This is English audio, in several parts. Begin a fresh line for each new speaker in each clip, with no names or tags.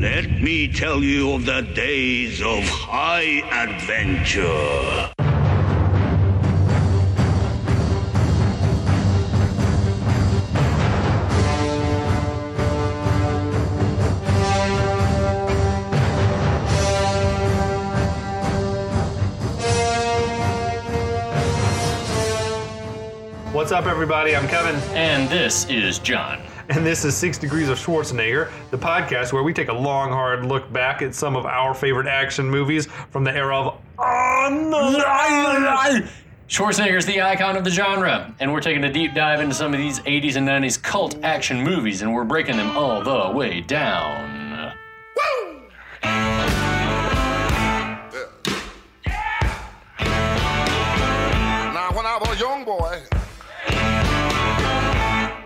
Let me tell you of the days of high adventure.
What's up, everybody? I'm Kevin,
And this is John.
and this is Six Degrees of Schwarzenegger, the podcast where we take a long, hard look back at some of our favorite action movies from the era of On the Island.
Schwarzenegger's the icon of the genre, and we're taking a deep dive into some of these 80s and 90s cult action movies, and we're breaking them all the way down.
Now, when I was a young boy,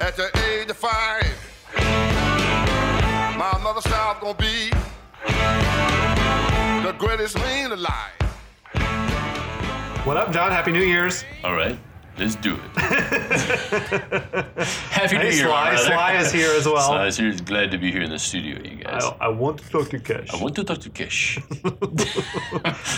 at the age of five, my mother said I was gonna be the greatest man alive.
What up, John? Happy New Year's.
All right, let's do it. Happy
Hey,
New Year,
Sly.
brother.
Sly is here as well.
Sly is here. Glad to be here in the studio, you guys.
I, I want to talk to Cash.
I want to talk to Kish.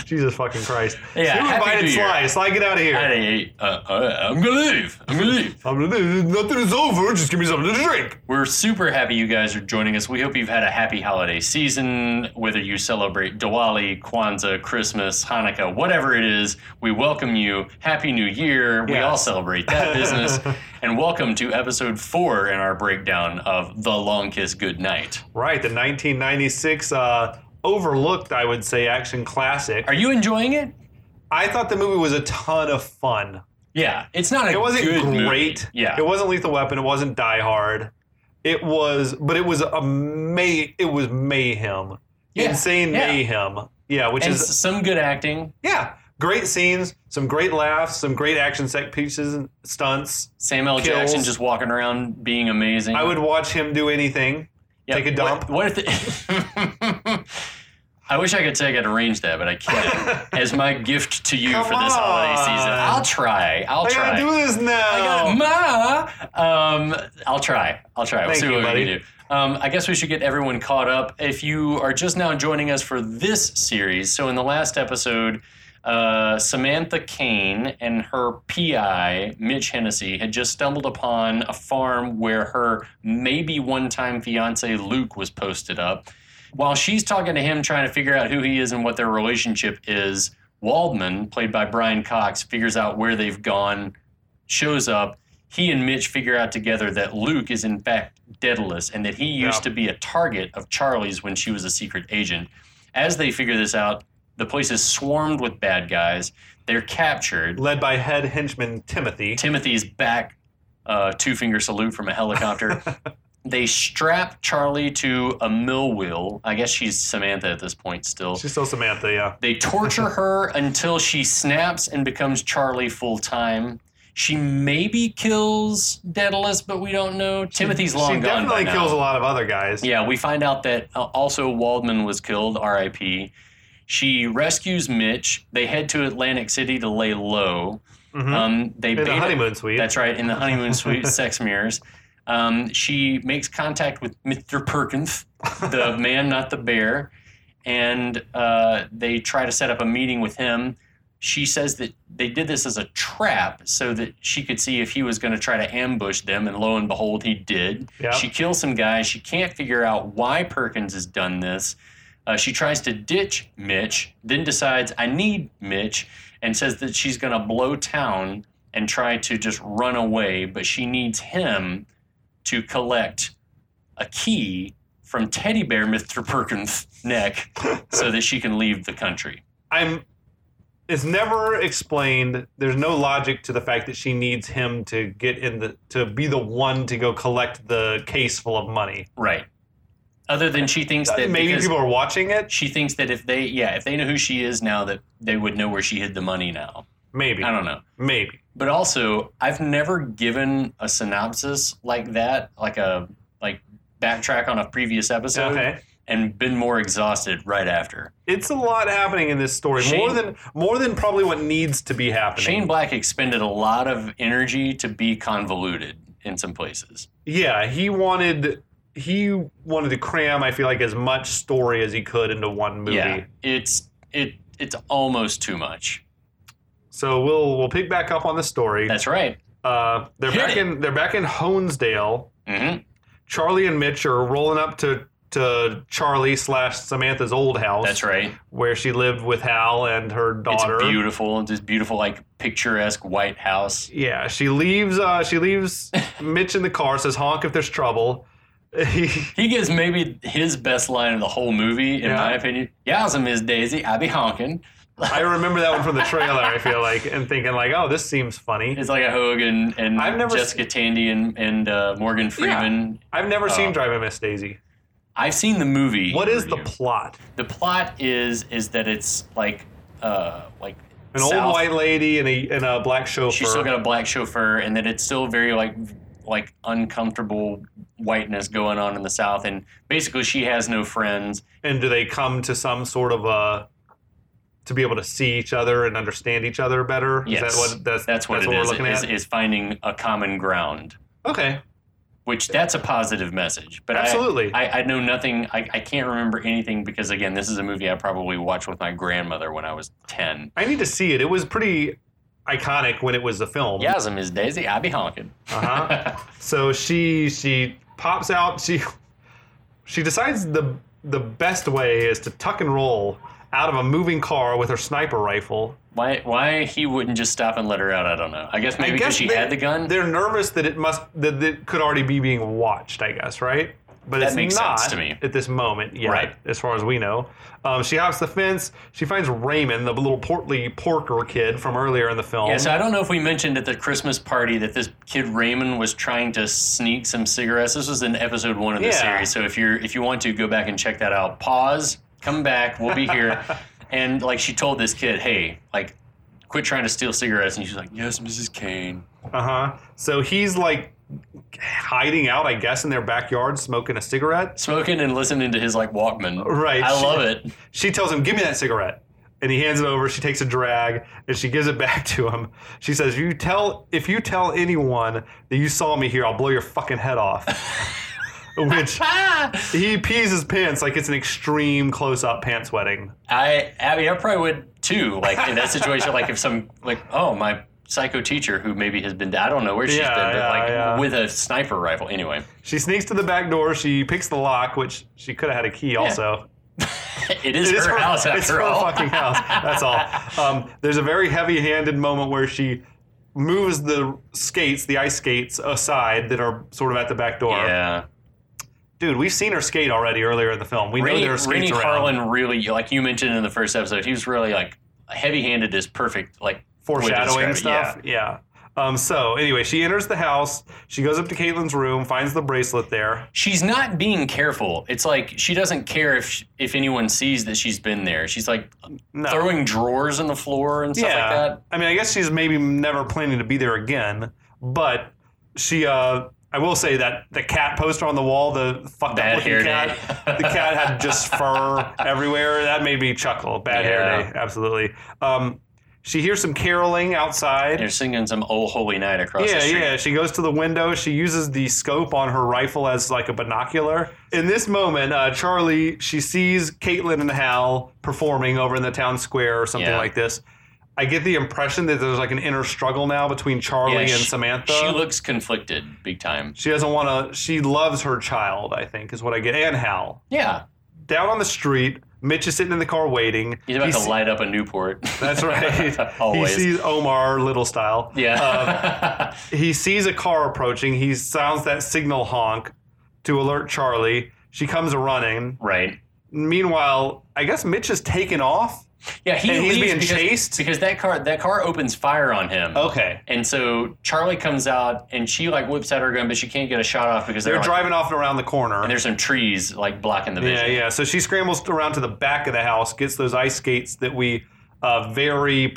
Jesus fucking Christ.
Yeah,
Who
Happy
invited
New Year.
Sly? Sly, get out of
I
here.
ain't- uh, all right, I'm gonna leave. I'm gonna leave.
I'm, nothing is over. Just give me something to drink.
We're super happy you guys are joining us. We hope you've had a happy holiday season, whether you celebrate Diwali, Kwanzaa, Christmas, Hanukkah, whatever it is. We welcome you. Happy New Year. We
Yeah.
all celebrate that business. and welcome to episode four in our breakdown of The Long Kiss Goodnight.
Right, the 1996 uh, overlooked, I would say, action classic.
Are you enjoying it?
I thought the movie was a ton of fun.
Yeah. It's not a
It wasn't
good movie.
great.
Yeah.
It wasn't Lethal Weapon. It wasn't Die Hard. It was, but it was a may. It was mayhem.
Yeah,
Insane
yeah.
mayhem. Yeah, which
and
is
s- some good acting.
yeah. Great scenes, some great laughs, some great action set pieces and stunts.
Samuel L.
Kills.
Jackson just walking around being amazing.
I would watch him do anything.
Yeah,
Take a
what-
dump.
What, if the, I wish I could say I could arrange that, but I can't. As my gift to you
Come
for this holiday season,
on.
I'll try. I'll
I gotta
try.
do this now.
I got ma. Um, I'll try. I'll try. we'll
Thank
see
you,
what
buddy.
we can do. Um, I guess we should get everyone caught up. If you are just now joining us for this series, so in the last episode, uh, Samantha Kane and her PI, Mitch Hennessy, had just stumbled upon a farm where her maybe one time fiance, Luke, was posted up. While she's talking to him, trying to figure out who he is and what their relationship is, Waldman, played by Brian Cox, figures out where they've gone, shows up. He and Mitch figure out together that Luke is in fact Daedalus and that he used
Yeah.
to be a target of Charlie's when she was a secret agent. As they figure this out, the place is swarmed with bad guys. They're captured.
Led by head henchman Timothy.
Timothy's back, uh, two finger salute from a helicopter. they strap Charlie to a mill wheel. I guess she's Samantha at this point still.
She's still Samantha. Yeah.
They torture her until she snaps and becomes Charlie full time. She maybe kills Daedalus, but we don't know. Timothy's long
she
gone.
definitely
by
kills
now.
a lot of other guys.
Yeah, we find out that uh, also Waldman was killed, RIP. She rescues Mitch. They head to Atlantic City to lay low.
Mhm.
Um, they
In the
bait-
honeymoon suite.
That's right, in the honeymoon suite, sex mirrors. Um, she makes contact with Mr. Perkins, the man, not the bear, and uh, they try to set up a meeting with him. She says that they did this as a trap so that she could see if he was going to try to ambush them, and lo and behold, he did.
Yeah.
She kills some guys. She can't figure out why Perkins has done this. Uh, she tries to ditch Mitch, then decides, I need Mitch, and says that she's going to blow town and try to just run away, but she needs him to collect a key from Teddy Bear Mr. Perkins' neck so that she can leave the country.
I'm. It's never explained. There's no logic to the fact that she needs him to get in the to be the one to go collect the case full of money.
Right. Other than she thinks that
Maybe
because
people are watching it.
she thinks that if they yeah, if they know who she is now that they would know where she hid the money now.
Maybe.
I don't know.
Maybe.
But also, I've never given a synopsis like that, like a like backtrack on a previous episode
okay.
and been more exhausted right after.
It's a lot happening in this story. more
Shane-
than more than probably what needs to be happening.
Shane Black expended a lot of energy to be convoluted in some places.
yeah, he wanted he wanted to cram, I feel like, as much story as he could into one movie.
Yeah, it's it it's almost too much.
So we'll we'll pick back up on the story.
That's right.
Uh, they're
Hit
back
it.
in they're back in Honesdale.
hmm
Charlie and Mitch are rolling up to to Charlie slash Samantha's old house.
That's right.
Where she lived with Hal and her daughter.
It's beautiful. This beautiful, like picturesque White House.
Yeah, she leaves. Uh, she leaves Mitch in the car. Says honk if there's trouble. He-
He gives maybe his best line of the whole movie, in
Yeah.
my opinion. Yowza, Miss Daisy, I be honking.
I remember that one from the trailer. I feel like and thinking like, oh, this seems funny.
It's like a Hogan and
I've never
Jessica Tandy and, and uh, Morgan Freeman.
I've never seen
Oh.
Drive Miss Daisy.
I've seen the movie.
What is the
review.
plot?
the plot is is that it's like uh like
An
South-
old white lady and a and a black chauffeur.
She's still got a black chauffeur, and that it's still very like like uncomfortable whiteness going on in the South, and basically she has no friends.
and do they come to some sort of a to be able to see each other and understand each other better?
Yes,
Is that what that's
That's what it
we're
is,
looking
is-
at?
is finding a common ground,
okay,
which that's a positive message. But I-
absolutely.
I, I know nothing. I, I can't remember anything because again, this is a movie I probably watched with my grandmother when I was ten.
I need to see it. It was pretty iconic when it was a film.
Yasm is Daisy. I be honking.
Uh-huh. So she she pops out. She she decides the the best way is to tuck and roll out of a moving car with her sniper rifle.
Why why he wouldn't just stop and let her out? I don't know. I guess maybe because she
they-
had the gun.
They're nervous that it must that it could already be being watched. I guess right. But
That
it's
makes
not
sense to me.
at this moment yet,
Right.
as far as we know. Um, she hops the fence. She finds Raymond, the little portly porker kid from earlier in the film.
Yeah, so I don't know if we mentioned at the Christmas party that this kid Raymond was trying to sneak some cigarettes. This was in episode one of the
Yeah.
series, so if you're if you want to go back and check that out, pause, come back, we'll be here. and like she told this kid, hey, like, quit trying to steal cigarettes, and she's like, yes, Mrs. Kane.
Uh huh. So he's like hiding out, I guess, in their backyard smoking a cigarette.
Smoking and listening to his like Walkman.
Uh, Right.
I
She-
love it.
She tells him, "Give me that cigarette." And he hands it over. She takes a drag and she gives it back to him. She says, "You tell if you tell anyone that you saw me here, I'll blow your fucking head off." Which
Ah!
he pees his pants like it's an extreme close-up pants wedding.
I I mean I probably would too. Like in that situation, like if some like oh my psycho teacher who maybe has been I don't know where she's
Yeah,
been, but
yeah,
like
yeah.
with a sniper rifle. Anyway,
She sneaks to the back door. She picks the lock, which she could have had a key also.
it is,
It is
her, house after
it's her
all.
fucking house. That's all. Um, there's a very heavy-handed moment where she moves the skates, the ice skates, aside that are sort of at the back door.
yeah,
Dude, we've seen her skate already earlier in the film. We know
Rainy,
there are skates
Rainy
around.
Carlin really like you mentioned in the first episode. He was really like heavy-handed is perfect. Like way to
foreshadowing
describe it,
stuff. Yeah. Um, so anyway, she enters the house. She goes up to Caitlin's room, finds the bracelet there.
she's not being careful. It's like she doesn't care if if anyone sees that she's been there. She's like
No.
throwing drawers on the floor and stuff
yeah.
like that.
I mean, I guess she's maybe never planning to be there again, but she. Uh, I will say that the cat poster on the wall, the fucked
Bad
up looking
hair
cat,
day.
the cat had just fur everywhere. That made me chuckle. Bad hair
Yeah.
day, absolutely. Um, she hears some caroling outside.
They're singing some "Oh Holy Night" across
yeah,
the street.
yeah. She goes to the window. She uses the scope on her rifle as like a binocular. In this moment, uh, Charlie she sees Caitlin and Hal performing over in the town square or something
Yeah.
like this. I get the impression that there's like an inner struggle now between Charlie
Yeah,
and
she-
Samantha.
She looks conflicted, big time.
she doesn't want to. She loves her child. I think is what I get. And Hal
Yeah,
down on the street. Mitch is sitting in the car waiting.
he's about
He
to
se-
light up a Newport.
That's right.
Always.
He sees uh, Omar Little style. Um,
yeah,
He sees a car approaching. He sounds that signal honk to alert Charlie. She comes running.
right.
Meanwhile, I guess Mitch is taken off.
Yeah, he
And he's
leaves
being
because,
chased? Oh.
because that car that car opens fire on him.
Okay.
And so Charlie comes out and she like whips out her gun, but she can't get a shot off because
They're
like-
driving off and around the
and
corner.
there's some trees like blocking the
Yeah,
vision.
yeah. So she scrambles around to the back of the house, gets those ice skates that we uh, very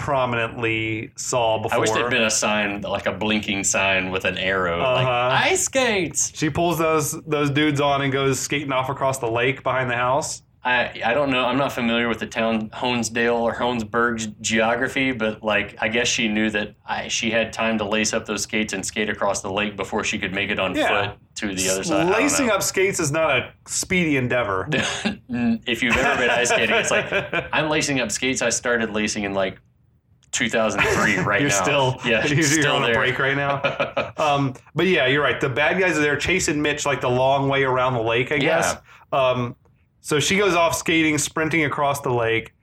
prominently saw before.
I wish there'd been a sign, like a blinking sign with an arrow, like
Uh-huh.
ice skates.
she pulls those those dudes on and goes skating off across the lake behind the house.
I, I don't know. I'm not familiar with the town Honesdale or Honesburg's geography, but like I guess she knew that I, she had time to lace up those skates and skate across the lake before she could make it on
Yeah.
foot to the other side. I don't
Lacing
know.
up skates is not a speedy endeavor.
if you've ever been ice skating, it's like I'm lacing up skates. I started lacing in like 2003. Right
you're
now,
still
yeah,
you're,
still
on
there.
a break right now. um, but yeah, you're right. The bad guys are there chasing Mitch like the long way around the lake, I guess. Um, so she goes off skating, sprinting across the lake.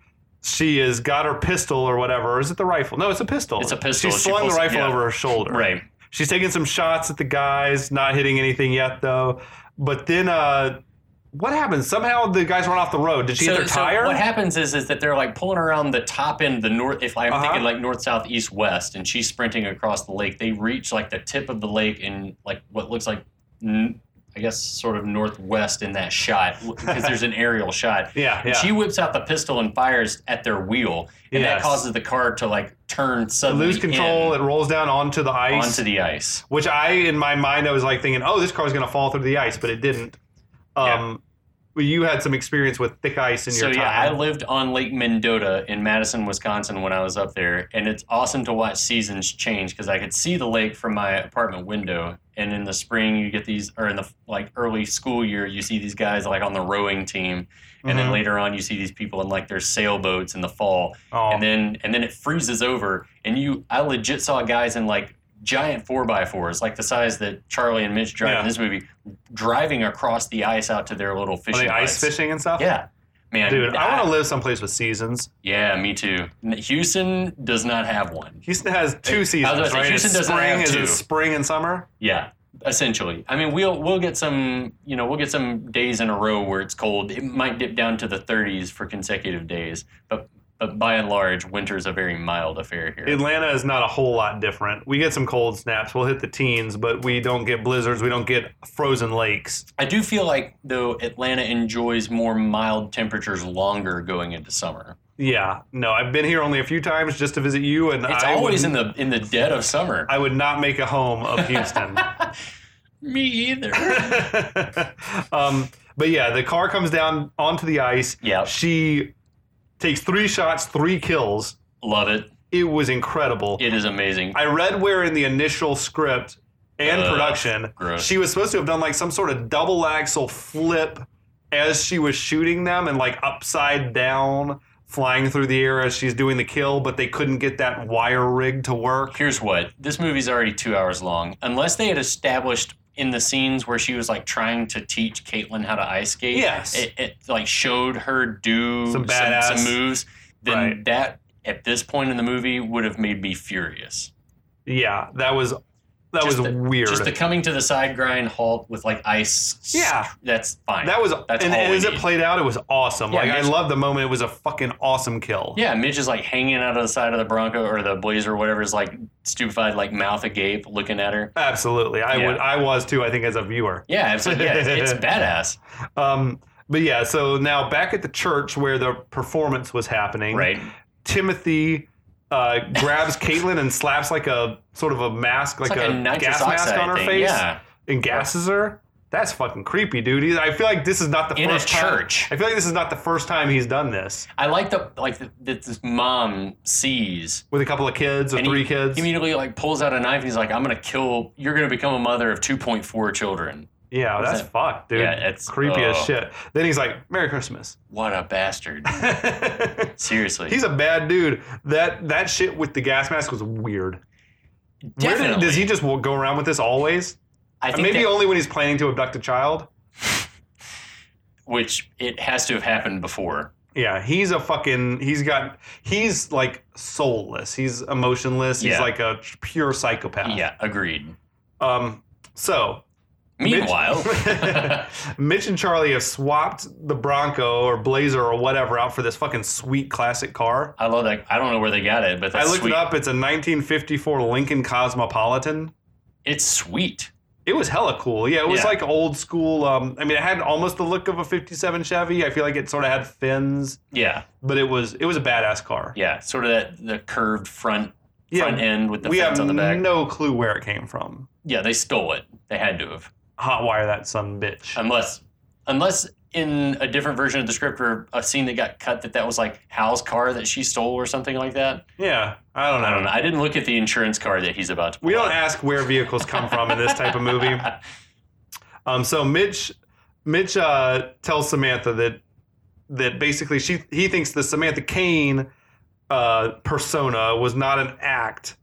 She has got her pistol or whatever. Or is it the rifle? No, it's a pistol.
It's a pistol.
She's
She
slung
pulls-
the rifle
yeah.
over her shoulder.
right.
She's taking some shots at the guys, not hitting anything yet though. But then uh, what happens? Somehow the guys run off the road. Did she hit their tire?
what happens is is that they're like pulling around the top end, the north. If I'm
Uh-huh.
thinking like north, south, east, west, and she's sprinting across the lake, they reach like the tip of the lake in like what looks like, n- I guess, sort of northwest in that shot because there's an aerial shot.
yeah, yeah.
And She whips out the pistol and fires at their wheel, and that
Yes.
causes the car to like turn suddenly
lose control.
in
It rolls down onto the ice.
onto the ice.
which I, in my mind, I was like thinking, oh, this car's going to fall through the ice, but it didn't. Um, well, You had some experience with thick ice in
So
your
yeah, I
time.
lived on Lake Mendota in Madison, Wisconsin when I was up there, and it's awesome to watch seasons change because I could see the lake from my apartment window. And in the spring, you get these, or in the like early school year, you see these guys like on the rowing team, and then
Mhm.
later on, you see these people in like their sailboats in the fall.
Aw.
and then and then it freezes over and you i legit saw guys in like giant 4x4s like the size that charlie and mitch drive
Yeah.
in this movie driving across the ice out to their little
Are
fishing
they ice
boats.
fishing and stuff?
yeah man
Dude, I want to live someplace with seasons.
yeah me too N- houston does not have one
Houston has
I
two
was
seasons,
gonna say,
right?
Houston
It's
doesn't
spring
have
is
two.
it spring and summer.
yeah essentially i mean we'll we'll get some you know we'll get some days in a row where it's cold it might dip down to the 30s for consecutive days but but by and large winter's a very mild affair here
Atlanta is not a whole lot different. We get some cold snaps. We'll hit the teens, but we don't get blizzards. We don't get frozen lakes.
I do feel like though Atlanta enjoys more mild temperatures longer going into summer.
Yeah, no, I've been here only a few times just to visit you, and
It's
I would,
always in the in the dead of summer.
I would not make a home of Houston.
Me either.
um, but yeah, the car comes down onto the ice.
yeah,
She takes three shots, three kills.
love it.
It was incredible.
It is amazing.
I read where in the initial script and
Ugh,
production,
gross.
she was supposed to have done like some sort of double axle flip as she was shooting them and like upside down, flying through the air as she's doing the kill, but they couldn't get that wire rig to work.
Here's what this movie's already two hours long. Unless they had established in the scenes where she was like trying to teach Caitlin how to ice skate,
Yes.
it, it like showed her do
Some
some,
badass-
some moves. Then
Right.
that at this point in the movie would have made me furious.
Yeah, that was that
Just
was
the-
weird.
Just the coming to the side grind halt with like ice.
Yeah.
that's fine.
That was
That's
and
all we
as it
need.
played out, it was awesome.
Yeah,
like I
Mitch-
love the moment. It was a fucking awesome kill.
yeah, Mitch is like hanging out of the side of the Bronco or the Blazer, or whatever, is like stupefied, like mouth agape, looking at her.
Absolutely. I
Yeah.
would I was too, I think, as a viewer.
Yeah, it's like, yeah, it's, it's badass,
Um but yeah, so now back at the church where the performance was happening,
right?
Timothy uh, grabs Caitlin and slaps like a sort of a mask,
It's
like,
like, a, nitrous
gas mask
oxide
on her
thing.
face,
Yeah,
and gasses her. That's fucking creepy, dude. I feel like this is not the
in a
first time.
church.
I feel like this is not the first time he's done this
I like the like the, that this mom sees.
with a couple of kids or
And
three
he,
kids.
He immediately like pulls out a knife and he's like, "I'm gonna kill. You're gonna become a mother of 2.4 children.
Yeah,
What's
that's
that?
fucked, dude.
Yeah, it's-
creepy as
oh.
shit. Then he's like, "Merry Christmas."
What a bastard! Seriously,
he's a bad dude. That that shit with the gas mask was weird. Where did-
Definitely.
does he just w- go around with this always?
I think
Maybe
that-
only when he's planning to abduct a child.
which it has to have happened before.
Yeah, he's a fucking. He's got. He's like soulless. He's emotionless. He's
Yeah.
like a tr- pure psychopath.
Yeah, agreed.
Um. So
Meanwhile,
Mitch and Charlie have swapped the Bronco or Blazer or whatever out for this fucking sweet classic car.
I love that. I don't know where they got it, but
I
that's
looked
sweet.
it up. It's a 1954 Lincoln Cosmopolitan.
It's sweet.
It was hella cool. Yeah, it was
Yeah.
like old school. Um, I mean, it had almost the look of a '57 Chevy. I feel like it sort of had fins,
Yeah,
but it was it was a badass car.
yeah. Sort of that the curved front front end with the
we
fence
have
on the back.
no clue where it came from.
yeah, they stole it. They had to have, Um,
Hotwire that son of a bitch.
unless unless in a different version of the script or a scene that got cut that that was like Hal's car that she stole or something like that?
Yeah, I don't know.
I don't know. I didn't look at the insurance car that he's about to.
We
pull
don't
out.
ask where vehicles come from in this type of movie. Um, so Mitch, Mitch uh, tells Samantha that that basically she he thinks the Samantha Kane uh, persona was not an act,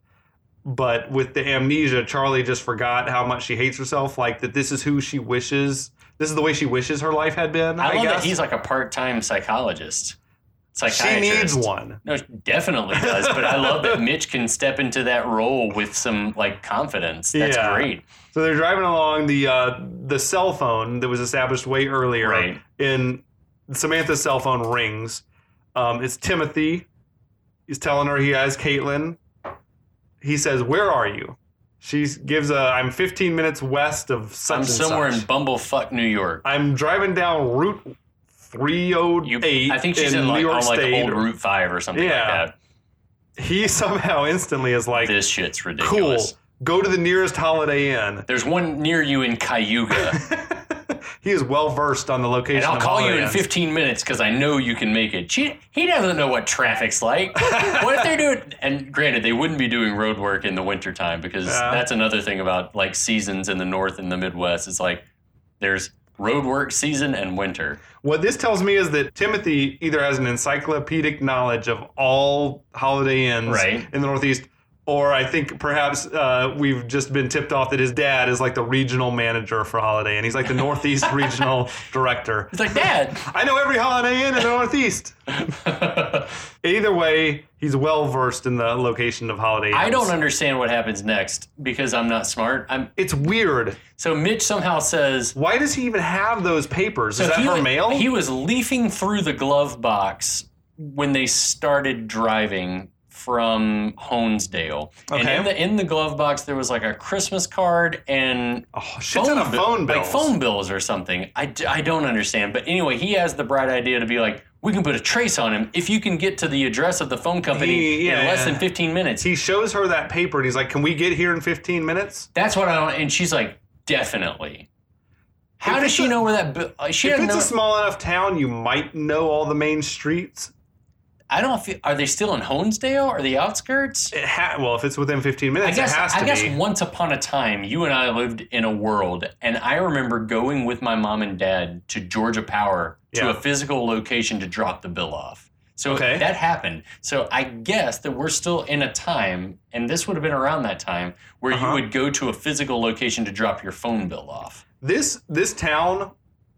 but with the amnesia, Charlie just forgot how much she hates herself. Like that, this is who she wishes. This is the way she wishes her life had been. I,
I love
guess.
that he's like a part-time psychologist.
she
Psychiatrist.
needs one.
No, she definitely does. But I love that Mitch can step into that role with some like confidence. That's
Yeah.
great.
So they're driving along the uh, the cell phone that was established way earlier.
Right.
In Samantha's cell phone rings. Um, it's Timothy. He's telling her he has Caitlin. He says, "Where are you?" She gives a, "I'm 15 minutes west of such
I'm
and
somewhere
such.
in bumblefuck New York.
I'm driving down Route
You,
308
I think she's
in,
in, like,
New York
on like
State."
old Route Five or something
Yeah.
like
he somehow instantly is
that.
like,
This shit's
"Cool,
ridiculous.
go to the nearest Holiday Inn."
There's one near you in Cayuga,
he is well versed on the location.
and I'll
of
call you
Holiday
in
Inns.
15 minutes because I know you can make it. She, he doesn't know what traffic's like. what if they're doing? And granted, they wouldn't be doing road work in the wintertime because
Yeah.
that's another thing about like seasons in the North and the Midwest. It's like there's road work season and winter.
What this tells me is that Timothy either has an encyclopedic knowledge of all Holiday Inns
Right.
in the Northeast, or I think perhaps uh, we've just been tipped off that his dad is like the regional manager for Holiday Inn. He's like the Northeast regional director.
It's like Dad.
I know every Holiday Inn in the Northeast. Either way, he's well versed in the location of Holiday Inns.
I don't understand what happens next because I'm not smart. I'm
It's weird.
so Mitch somehow says
Why does he even have those papers? Is
So
that
he
her
wa-
mail?
He was leafing through the glove box when they started driving from Honesdale. And
Okay.
in the in the glove box there was like a Christmas card and
oh, shit's on a
bill-
phone bill.
like phone bills or something. I, d- I don't understand. But anyway, he has the bright idea to be like, we can put a trace on him if you can get to the address of the phone company
He- yeah,
in less
yeah.
than 15 minutes.
He shows her that paper and he's like, "Can we get here in 15 minutes?"
That's what I don't. And she's like, definitely. How
If
does
it's
she
a-
know where that? bu- uh, She
if
doesn't
it's
know.
a small enough town, you might know all the main streets.
I don't feel. Are they still in Honesdale? Are they outskirts?
It ha- well, if it's within 15
I
minutes,
guess.
it has to
I guess
be.
once upon a time, you and I lived in a world, and I remember going with my mom and dad to Georgia Power to
Yeah.
a physical location to drop the bill off. So
Okay.
that happened. So I guess that we're still in a time, and this would have been around that time where
Uh-huh.
you would go to a physical location to drop your phone bill off.
This this town,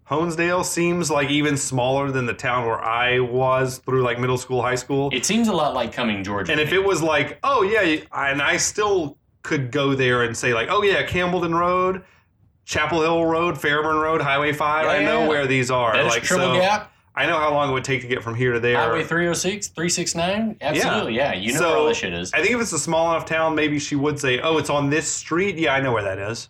Honesdale, seems like even smaller than the town where I was through like middle school, high school.
It seems a lot like coming Georgia.
and if it was like, oh yeah, and I still could go there and say like, oh yeah, Campbellton Road, Chapel Hill Road, Fairburn Road, Highway Five.
Yeah,
I know
yeah.
where these are.
That is
like
Triple
so,
Gap,
I know how long it would take to get from here to there.
Highway 306, 369. Absolutely, yeah. You know where all
So-
this shit is.
I think if it's a small enough town, maybe she would say, "Oh, it's on this street. Yeah, I know where that is."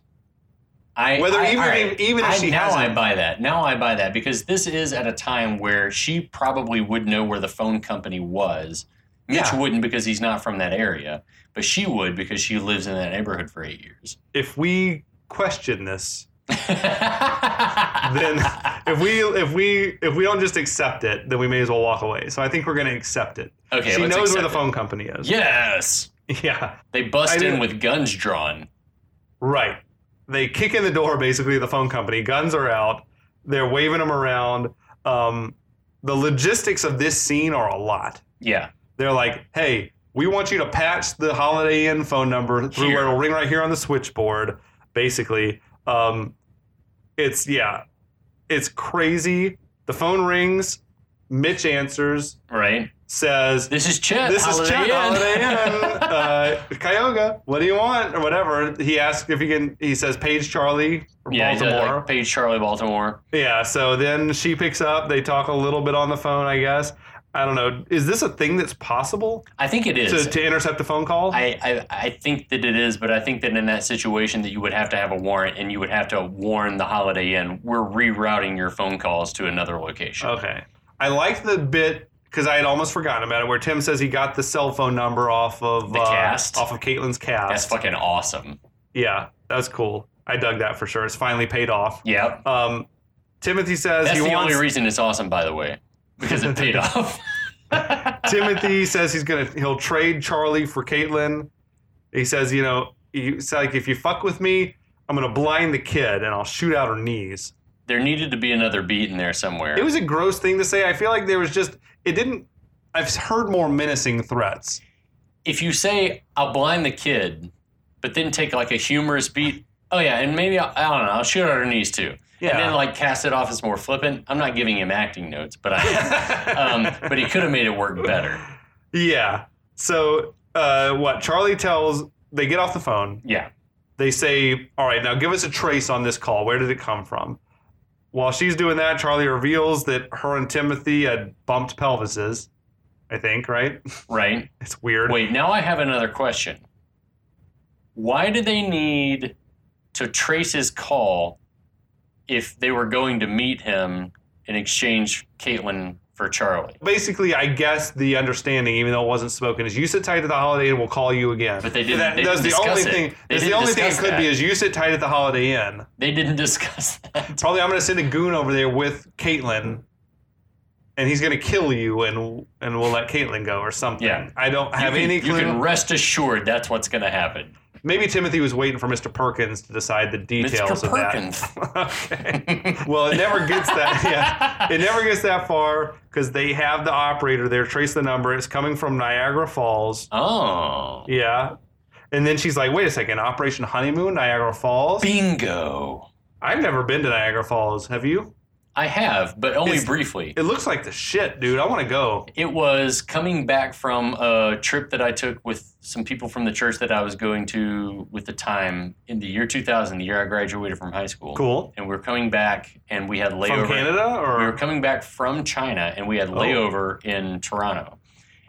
I,
Whether
I-
even
all
if- even if
I-
she
now
hasn't-
I buy that. Now I buy that because this is at a time where she probably would know where the phone company was. Mitch
Yeah.
wouldn't because he's not from that area, but she would because she lives in that neighborhood for eight years.
If we question this, then if we if we if we don't just accept it, then we may as well walk away. So I think we're going to accept it.
okay,
she
let's
knows where
accept
the
it.
phone company is.
Yes,
Yeah,
they
I
bust in
didn't-
with guns drawn.
right. They kick in the door basically. of The phone company guns are out. They're waving them around. Um, the logistics of this scene are a lot.
Yeah,
They're like, hey, we want you to patch the Holiday Inn phone number through
Here.
where it'll ring right here on the switchboard, basically. Um, it's, yeah, it's crazy. The phone rings, Mitch answers,
right.
says,
This is Chet.
this is
Holiday
Chad
Inn.
Holiday Inn, uh, Cuyahoga, what do you want? Or whatever. He asks if he can, he says, Page Charlie from
yeah, he does,
Baltimore.
like, Page Charlie Baltimore.
Yeah, so then she picks up. They talk a little bit on the phone, I guess. I don't know. Is this a thing that's possible
I think it is.
to, to intercept a phone call?
I, I I think that it is, but I think that in that situation that you would have to have a warrant and you would have to warn the Holiday Inn. We're rerouting your phone calls to another location.
okay. I like the bit because I had almost forgotten about it, where Tim says he got the cell phone number off of
The
uh,
cast?
off of Caitlin's cast.
That's fucking awesome.
yeah, that's cool. I dug that for sure. It's finally paid off.
Yep.
Um, Timothy says
That's
he
the
wants
only reason it's awesome, by the way, because it paid off.
Timothy says he's gonna he'll trade Charlie for Caitlin. He says, you know, he's like if you fuck with me, I'm gonna blind the kid and I'll shoot out her knees.
There needed to be another beat in there somewhere.
It was a gross thing to say. I feel like there was just it didn't. I've heard more menacing threats.
if you say I'll blind the kid, but then take like a humorous beat. Oh yeah, and maybe I'll, I don't know. I'll shoot her knees too,
Yeah.
and then like cast it off as more flippant. I'm not giving him acting notes, but I am. um, but he could have made it work better.
yeah. So uh, what Charlie tells they get off the phone.
Yeah,
They say, "All right, now give us a trace on this call. Where did it come from?" While she's doing that, Charlie reveals that her and Timothy had bumped pelvises. I think right.
right.
It's weird.
Wait, now I have another question. Why do they need to trace his call if they were going to meet him and exchange Caitlin for Charlie?
Basically, I guess the understanding, even though it wasn't spoken, is you sit tight at the holiday and we'll call you again.
But they didn't-
That-
they
that's
didn't
the only
discuss it.
thing.
They
That's the
didn't
only thing it
discuss
could be
that.
is you sit tight at the Holiday Inn.
They didn't discuss that.
Probably I'm gonna send a goon over there with Caitlin, and he's gonna kill you, and and we'll let Caitlin go or something.
Yeah.
I don't have
you can,
any
you
clue.
can rest assured that's what's going to happen.
Maybe Timothy was waiting for Mr. Perkins to decide the details
Mr.
of that.
Perkins.
okay. Well, it never gets that. Yeah, it never gets that far because they have the operator there trace the number. It's coming from Niagara Falls.
Oh.
Yeah. And then she's like, wait a second, Operation Honeymoon, Niagara Falls?
Bingo.
I've never been to Niagara Falls. Have you?
I have, but only
It's-
briefly.
It looks like the shit, dude. I want to go.
It was coming back from a trip that I took with some people from the church that I was going to with the time in the year 2000, the year I graduated from high school.
Cool.
And we were coming back and we had layover.
From Canada
We were
or
coming back from China and we had layover in Toronto.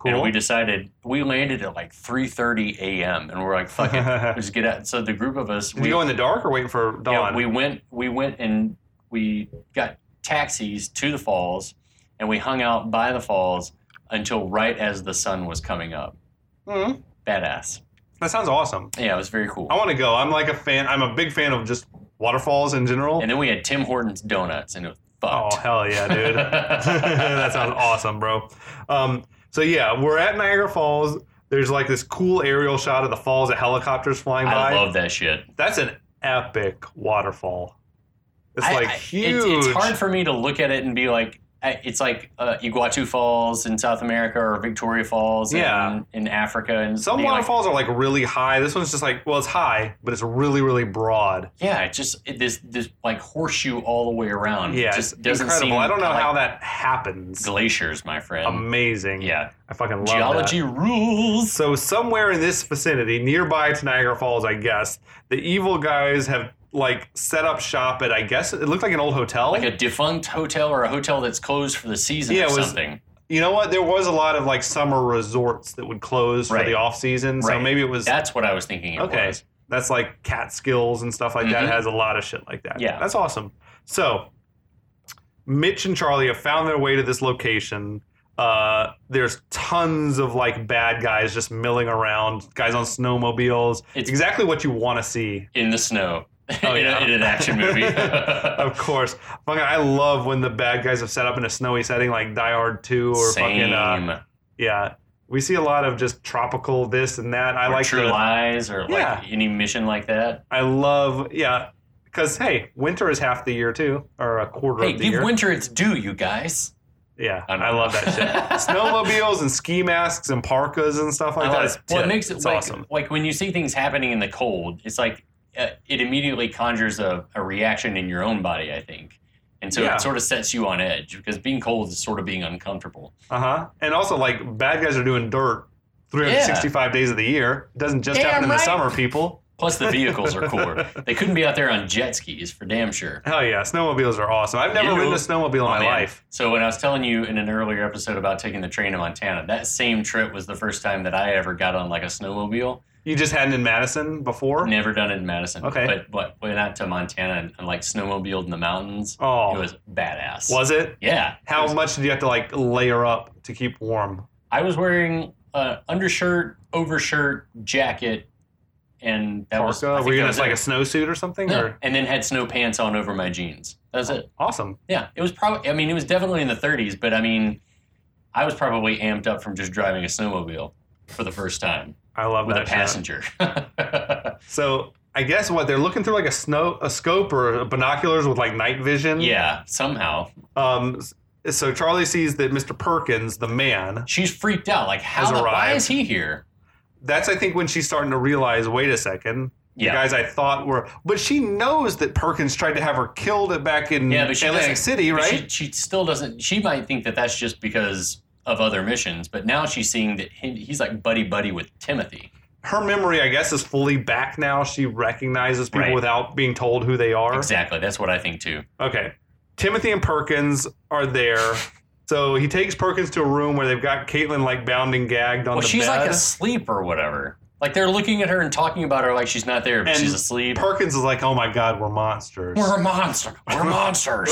And
cool?
we decided we landed at like 3:30 a.m. and we're like, "Fuck it, we'll just get out." So the group of us,
Did
we,
you go in the dark or waiting for dawn?
yeah, we went, we went and we got taxis to the falls, and we hung out by the falls until right as the sun was coming up.
Mhm.
Badass.
That sounds awesome.
Yeah, it was very cool.
I want to go. I'm like a fan. I'm a big fan of just waterfalls in general.
And then we had Tim Hortons donuts, and it was
Oh,
fucked.
hell yeah, dude. that sounds awesome, bro. Um, so, yeah, we're at Niagara Falls. There's like this cool aerial shot of the falls of helicopters flying by.
I love that shit.
That's an epic waterfall. It's
I-
like
I-
huge.
It's, it's hard for me to look at it and be like, I- it's like uh, Iguatu Falls in South America or Victoria Falls
Yeah.
in, in Africa. And
Some
be like-
waterfalls are like really high. This one's just like, well, it's high, but it's really, really broad.
yeah, it just it, this this like horseshoe all the way around.
Yeah,
it just
it's
doesn't
incredible.
seem
I don't know
like
how that happens.
glaciers, my friend.
Amazing.
yeah,
I fucking love that.
geology rules.
So somewhere in this vicinity, nearby to Niagara Falls, I guess, the evil guys have like set up shop at I guess it looked like an old hotel.
Like a defunct hotel or a hotel that's closed for the season
Yeah,
or
it was-
something.
you know what? There was a lot of like summer resorts that would close
Right.
for the off season, so
Right.
maybe it was
That's what I was thinking. It
okay.
was.
That's like Catskills and stuff like that.
Mhm.
Has a lot of shit like that.
Yeah.
that's awesome. So, Mitch and Charlie have found their way to this location. Uh, there's tons of like bad guys just milling around, guys on snowmobiles.
It's-
exactly what you want to see,
in the snow.
Oh,
in,
yeah.
a, in an action movie.
of course. Fucking, I love when the bad guys have set up in a snowy setting, like Die Hard Two or
Same.
fucking uh, yeah. We see a lot of just tropical this and that. I
or
like
True
the-
Lies or
Yeah.
like any mission like that.
I love, yeah, because hey, winter is half the year too, or a quarter
Hey,
of the
give
year.
winter its due, you guys.
yeah,
I
I,
know.
love that shit. Snowmobiles and ski masks and parkas and stuff like
I
that.
like-
It's
well,
tit.
it makes it
it's
like,
awesome.
like when you see things happening in the cold, it's like uh, it immediately conjures a, a reaction in your own body, I think. And so
Yeah.
it sort of sets you on edge because being cold is sort of being uncomfortable.
Uh huh. And also, like bad guys are doing dirt 365 days of the year. It doesn't just
Damn
happen in the
right.
summer, people.
Plus, the vehicles are cooler. They couldn't be out there on jet skis for damn sure.
Hell yeah, snowmobiles are awesome. I've never
Ew.
ridden a snowmobile in
Oh,
my
man.
life.
So when I was telling you in an earlier episode about taking the train to Montana, that same trip was the first time that I ever got on like a snowmobile.
You just hadn't in Madison before.
Never done it in Madison.
Okay.
But but went out to Montana and, and, like snowmobiled in the mountains.
Oh,
It was badass.
was it?
yeah. It
How
was-
much did you have to like layer up to keep warm?
I was wearing uh, undershirt, overshirt, jacket, and that was I
parka?
think
Were you
that
in a-
was
like a
it.
snowsuit or something?
Yeah,
Or
and then had snow pants on over my jeans. That's it.
awesome.
Yeah, it was probably. I mean, it was definitely in the 30s, but I mean, I was probably amped up from just driving a snowmobile for the first time
I love
with a
that. shit.
passenger.
So I guess what they're looking through like a snow a scope or binoculars with like night vision.
yeah, somehow
Um. s- So Charlie sees that Mr. Perkins, the man,
she's freaked out. Like, how?
Has
The, why
arrived.
is he here?
that's I think when she's starting to realize, wait a second,
Yeah.
the guys I thought were, but she knows that Perkins tried to have her killed back in
Yeah, but she
Atlantic
doesn't-
City,
But
right?
She, she still doesn't. She might think that that's just because of other missions, but now she's seeing that he, he's like buddy buddy with Timothy.
her memory, I guess, is fully back now. She recognizes people
Right.
without being told who they are.
Exactly. That's what I think too.
Okay. Timothy and Perkins are there. So he takes Perkins to a room where they've got Caitlin like bound and gagged on
Well,
the
she's
bed.
like asleep or whatever. Like they're looking at her and talking about her like she's not there, but
And
she's asleep.
Perkins is like, oh my God, we're monsters.
We're a monster. We're monsters.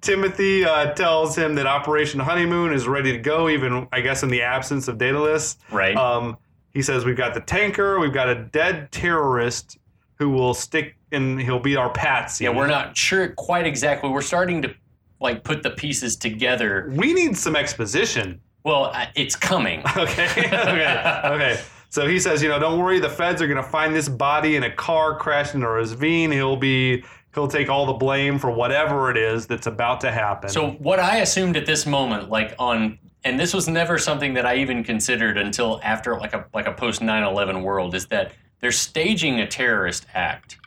Timothy uh, tells him that Operation Honeymoon is ready to go, even, I guess, in the absence of Daedalus.
Right.
Um, he says, We've got the tanker, we've got a dead terrorist who will stick and he'll be our patsy.
yeah, we're not sure quite exactly. We're starting to like put the pieces together.
We need some exposition.
Well, I- it's coming.
Okay. okay. Okay. So he says, you know, don't worry, the feds are going to find this body in a car crashed in a ravine. He'll be, he'll take all the blame for whatever it is that's about to happen.
So what I assumed at this moment, like on, and this was never something that I even considered until after like a like a post 9/11 world, is that they're staging a terrorist act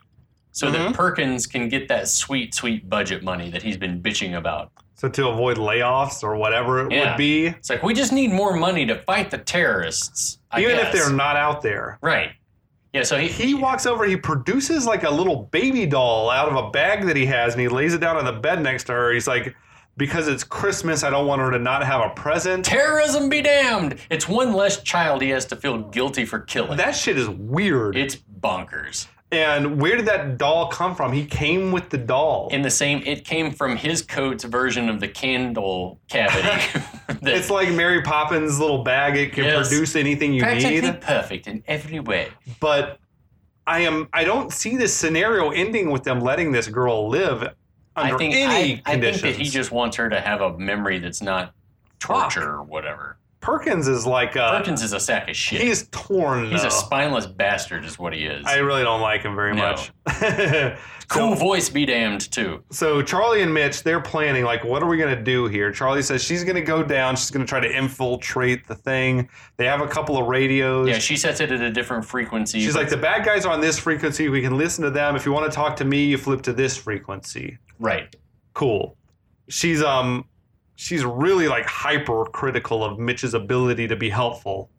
so
Mm-hmm.
that Perkins can get that sweet sweet budget money that he's been bitching about.
so to avoid layoffs or whatever it
Yeah.
would be,
It's like we just need more money to fight the terrorists. I
even if
guess.
they're not out there.
right. Yeah. So he,
He walks over, he produces like a little baby doll out of a bag that he has, and he lays it down on the bed next to her. He's like, because it's Christmas, I don't want her to not have a present.
terrorism be damned. It's one less child he has to feel guilty for killing.
That shit is weird.
it's bonkers.
and where did that doll come from? He came with the doll.
in the same it came from his coat's version of the candle cavity that
It's like Mary Poppins' little bag. It can
Yes.
produce anything you
practically
need.
perfect in every way
But I am I don't see this scenario ending with them letting this girl live under
i think
any
I, I think
conditions.
that he just wants her to have a memory that's not torture or whatever
Perkins is like uh
perkins is a sack of shit
he's torn.
he's
though.
a spineless bastard is what he is
I really don't like him very
No.
much.
cool
So-
voice be damned too
So Charlie and Mitch, they're planning like, what are we gonna do here? Charlie says she's gonna go down. She's gonna try to infiltrate the thing. They have a couple of radios.
yeah she sets it at a different frequency
She's like, the bad guys are on this frequency. We can listen to them. If you want to talk to me, you flip to this frequency.
right
Cool. She's um, she's really like hyper critical of Mitch's ability to be helpful.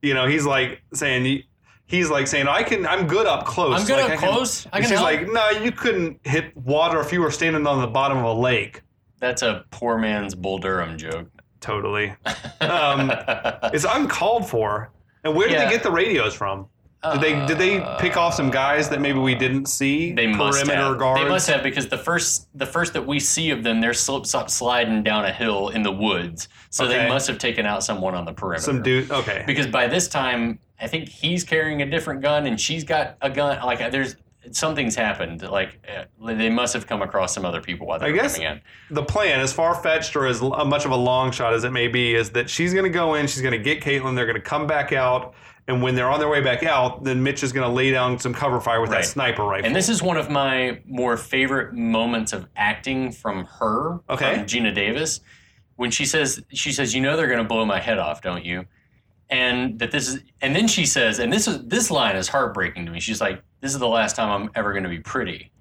You know, he's like saying he's like saying I can I'm good up close.
i'm good
Like,
up
I can-
close i
and
can
she's
help.
like, no, you couldn't hit water if you were standing on the bottom of a lake.
that's a poor man's bull durham joke
Totally. Um, it's uncalled for. And where did
Yeah.
they get the radios from? Did they did they
Uh,
pick off some guys that maybe we didn't see?
They must
perimeter
have.
guards.
They must have because the first the first that we see of them, they're slips up sliding down a hill in the woods. So they
Okay.
must have taken out someone on the perimeter.
some dude. Okay,
Because by this time, I think he's carrying a different gun and she's got a gun. Like there's something's happened. Like eh, they must have come across some other people while they
I
were
guess-
coming in.
the plan, as far fetched or as l- uh, much of a long shot as it may be, is that she's going to go in, she's going to get Caitlin, they're going to come back out, and when they're on their way back out, then Mitch is going to lay down some cover fire with
Right.
that sniper rifle.
And this is one of my more favorite moments of acting from her,
Okay.
from Gina Davis, when she says she says, "You know they're going to blow my head off, don't you?" And that this is, and then she says, and this is this line is heartbreaking to me. She's like, "This is the last time I'm ever going to be pretty."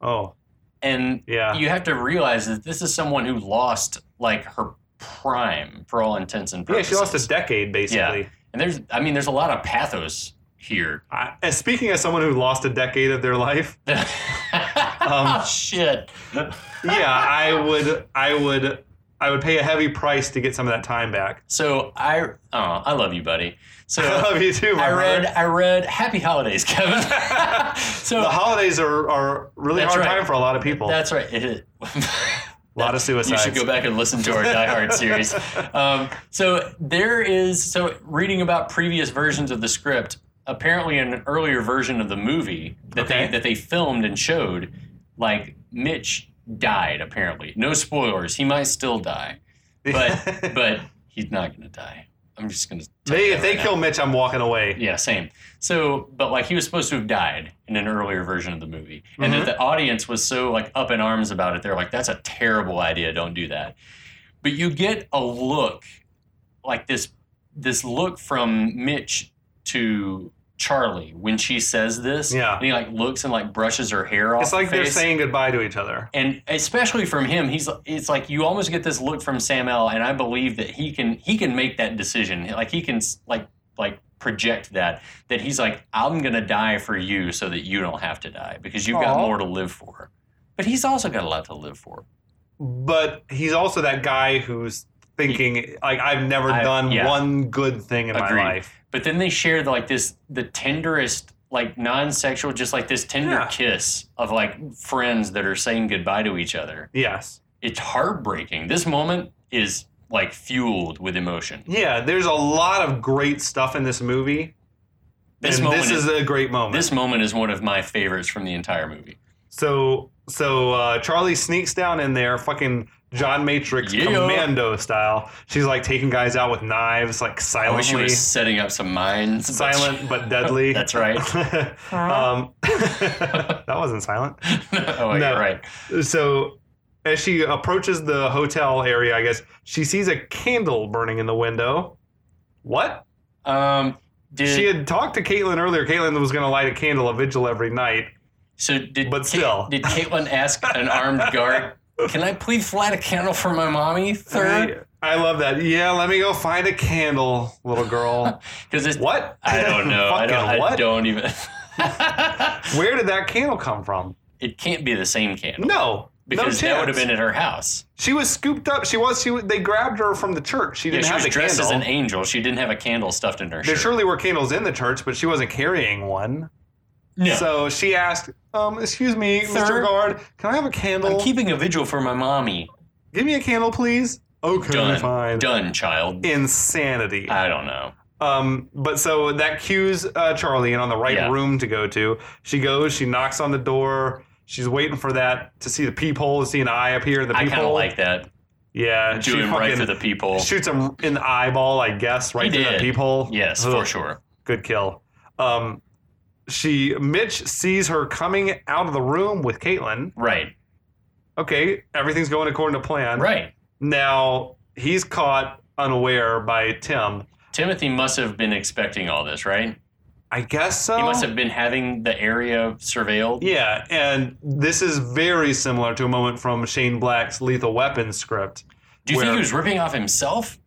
oh
And
yeah,
you have to realize that this is someone who lost like her prime for all intents and
yeah,
purposes.
she lost a decade basically.
And there's, I mean, there's a lot of pathos here.
I, and speaking as someone who lost a decade of their life, Um,
Oh, Shit.
yeah, I would, I would, I would pay a heavy price to get some of that time back.
So I, oh, I love you, buddy.
I
So
love you too. My
I
brother.
read, I read Happy Holidays, Kevin. so
the holidays are, are really
That's
hard
right.
time for a lot of people.
that's right. It-
a lot of
you
suicides.
should go back and listen to our Die Hard series. Um, so there is, so reading about previous versions of the script, apparently an earlier version of the movie that
Okay.
they that they filmed and showed, like Mitch died apparently. No spoilers. He might still die, but but he's not gonna die. I'm just gonna. tell
they
you
if
that
they
right now.
kill Mitch, I'm walking away.
Yeah, same. So, but like he was supposed to have died in an earlier version of the movie, and
Mm-hmm.
that the audience was so like up in arms about it. They're like, "That's a terrible idea. Don't do that." But you get a look, like this, this look from Mitch to Charlie when she says this.
Yeah.
and he like looks and like brushes her hair off.
It's like
her
they're
face.
saying goodbye to each other.
And especially from him, he's it's like you almost get this look from Sam L, and I believe that he can he can make that decision. Like he can s- like like project that that he's like I'm gonna die for you so that you don't have to die because you've got
Aw.
more to live for. But he's also got a lot to live for.
But he's also that guy who's thinking like I've never
I-
done
yeah.
one good thing in
Agreed.
my life.
But then they share like this the tenderest like non-sexual just like this tender
Yeah.
kiss of like friends that are saying goodbye to each other.
Yes.
It's heartbreaking. This moment is like fueled with emotion.
Yeah, there's a lot of great stuff in this movie.
This
and
moment
this is a great moment.
This moment is one of my favorites from the entire movie.
So so uh, Charlie sneaks down in there, fucking John Matrix
Yeah.
commando style. She's like taking guys out with knives, like
I wish she
silently,
was setting up some mines. but-
silent but deadly.
That's right.
um, that wasn't silent.
oh, wait,
No.
you're right.
So as she approaches the hotel area, I guess she sees a candle burning in the window. What?
Um, did
She had talked to Caitlin earlier. Caitlin was going to light a candle, a vigil every night.
so did
but
Ca-
still.
did Caitlin ask an armed guard? Can I please light a candle for my mommy, sir?
I love that. Yeah, let me go find a candle, little girl.
Because it's
what?
I don't know. I don't.
Fucking what?
I don't even.
Where did that candle come from?
it can't be the same candle
No,
because
no
that would have
chance.
been at her house.
She was scooped up. She was. She. was- They grabbed her from the church. She
Yeah,
didn't
she
have
was
the
dressed
candle.
as an angel. She didn't have a candle stuffed in her
There
shirt.
surely were candles in the church, but she wasn't carrying one.
no.
So she asked, um, "Excuse me,
Sir?
Mr. Guard, can I have a
I'm
candle?
keeping a vigil for my mommy.
Give me a candle, please." Okay,
Done.
fine.
Done, child.
Insanity.
I don't know.
Um, but so that cues uh, Charlie in on the right
Yeah.
room to go to. She goes, she knocks on the door. She's waiting for that to see the peephole, to see an eye appear. in The
I
peephole,
kind of like that.
yeah,
Do him right through the people.
shoots him in the eyeball, I guess, right through
did.
the peephole.
Yes,
Ugh,
for sure.
Good kill. Um, she Mitch sees her coming out of the room with Caitlin.
Right,
Okay, everything's going according to plan.
right.
now, he's caught unaware by Tim.
Timothy must have been expecting all this, right?
I guess so.
He must have been having the area surveilled.
Yeah, and this is very similar to a moment from Shane Black's Lethal Weapon script.
Do you think
Where-
he was ripping off himself?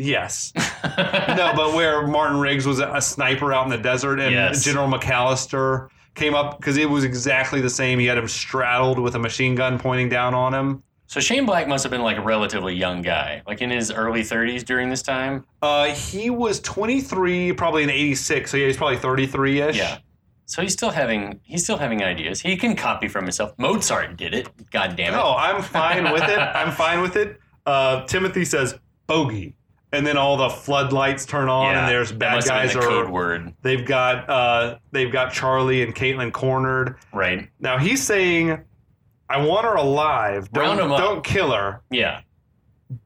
Yes.
no.
no, but where Martin Riggs was a sniper out in the desert and
Yes.
General McAllister came up because it was exactly the same. He had him straddled with a machine gun pointing down on him.
So Shane Black must have been like a relatively young guy, like in his early 30s during this time.
Uh, he was 23, probably in 86, so yeah, he's probably 33 ish.
Yeah. So he's still having he's still having ideas. He can copy from himself. Mozart did it. God damn it.
No, oh, I'm fine with it. I'm fine with it. Uh, Timothy says bogey. And then all the floodlights turn on,
Yeah,
and there's
that
bad
must have been
guys
the
are
code word,
They've got uh, they've got Charlie and Caitlin cornered.
right?
Now he's saying, "I want her alive. Don't
Round 'em up."
don't kill her."
Yeah.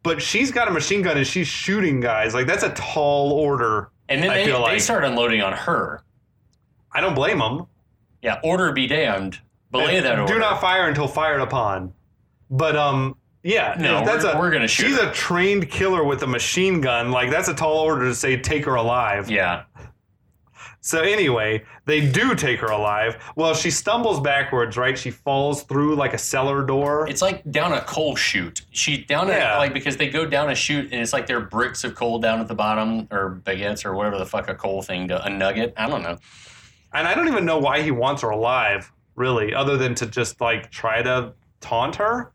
But she's got a machine gun and she's shooting guys. Like that's a tall order.
And then
I
they,
feel
they
like-
start unloading on her.
I don't blame him.
Yeah, order be damned. Belay that order.
Do not fire until fired upon. But um, yeah,
No,
if that's
we're-
a
we're gonna shoot
She's
her.
a trained killer with a machine gun. Like that's a tall order to say take her alive.
Yeah,
So anyway, they do take her alive. Well, she stumbles backwards, right? She falls through like a cellar door.
it's like down a coal chute. She down a
Yeah.
like because they go down a chute and it's like there are bricks of coal down at the bottom or baguettes or whatever the fuck a coal thing to a nugget. I don't know.
And I don't even know why he wants her alive, really, other than to just like try to taunt her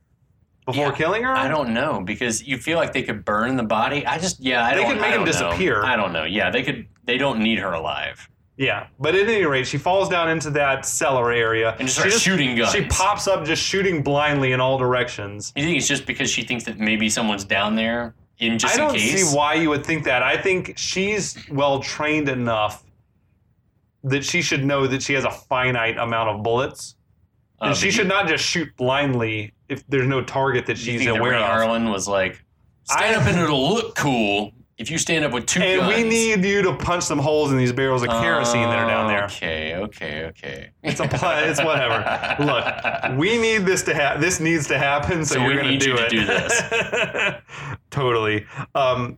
before
Yeah,
killing her.
I don't know because you feel like they could burn the body. I just yeah. I
They
don't,
could make
I
him
don't know.
disappear.
I don't know. Yeah, they could. They don't need her alive.
Yeah, but at any rate, she falls down into that cellar area
And just
she
start shooting guns.
She pops up just shooting blindly in all directions.
You think it's just because she thinks that maybe someone's down there in just
I don't
in case?
see why you would think that. I think she's well trained enough that she should know that she has a finite amount of bullets,
Uh,
and she
but
should
you-
not just shoot blindly if there's no target that
you
she's
think that
aware
Ray
of.
Harlan was like, stand
I-
up and it'll look cool if you stand up with two
And
guns.
we need you to punch some holes in these barrels of kerosene that are down there.
Okay, okay, okay.
It's a pla- it's whatever. Look, we need this to happen. This needs to happen. So,
So
you're
we
going
need
do
you to
it.
do this.
totally. Um,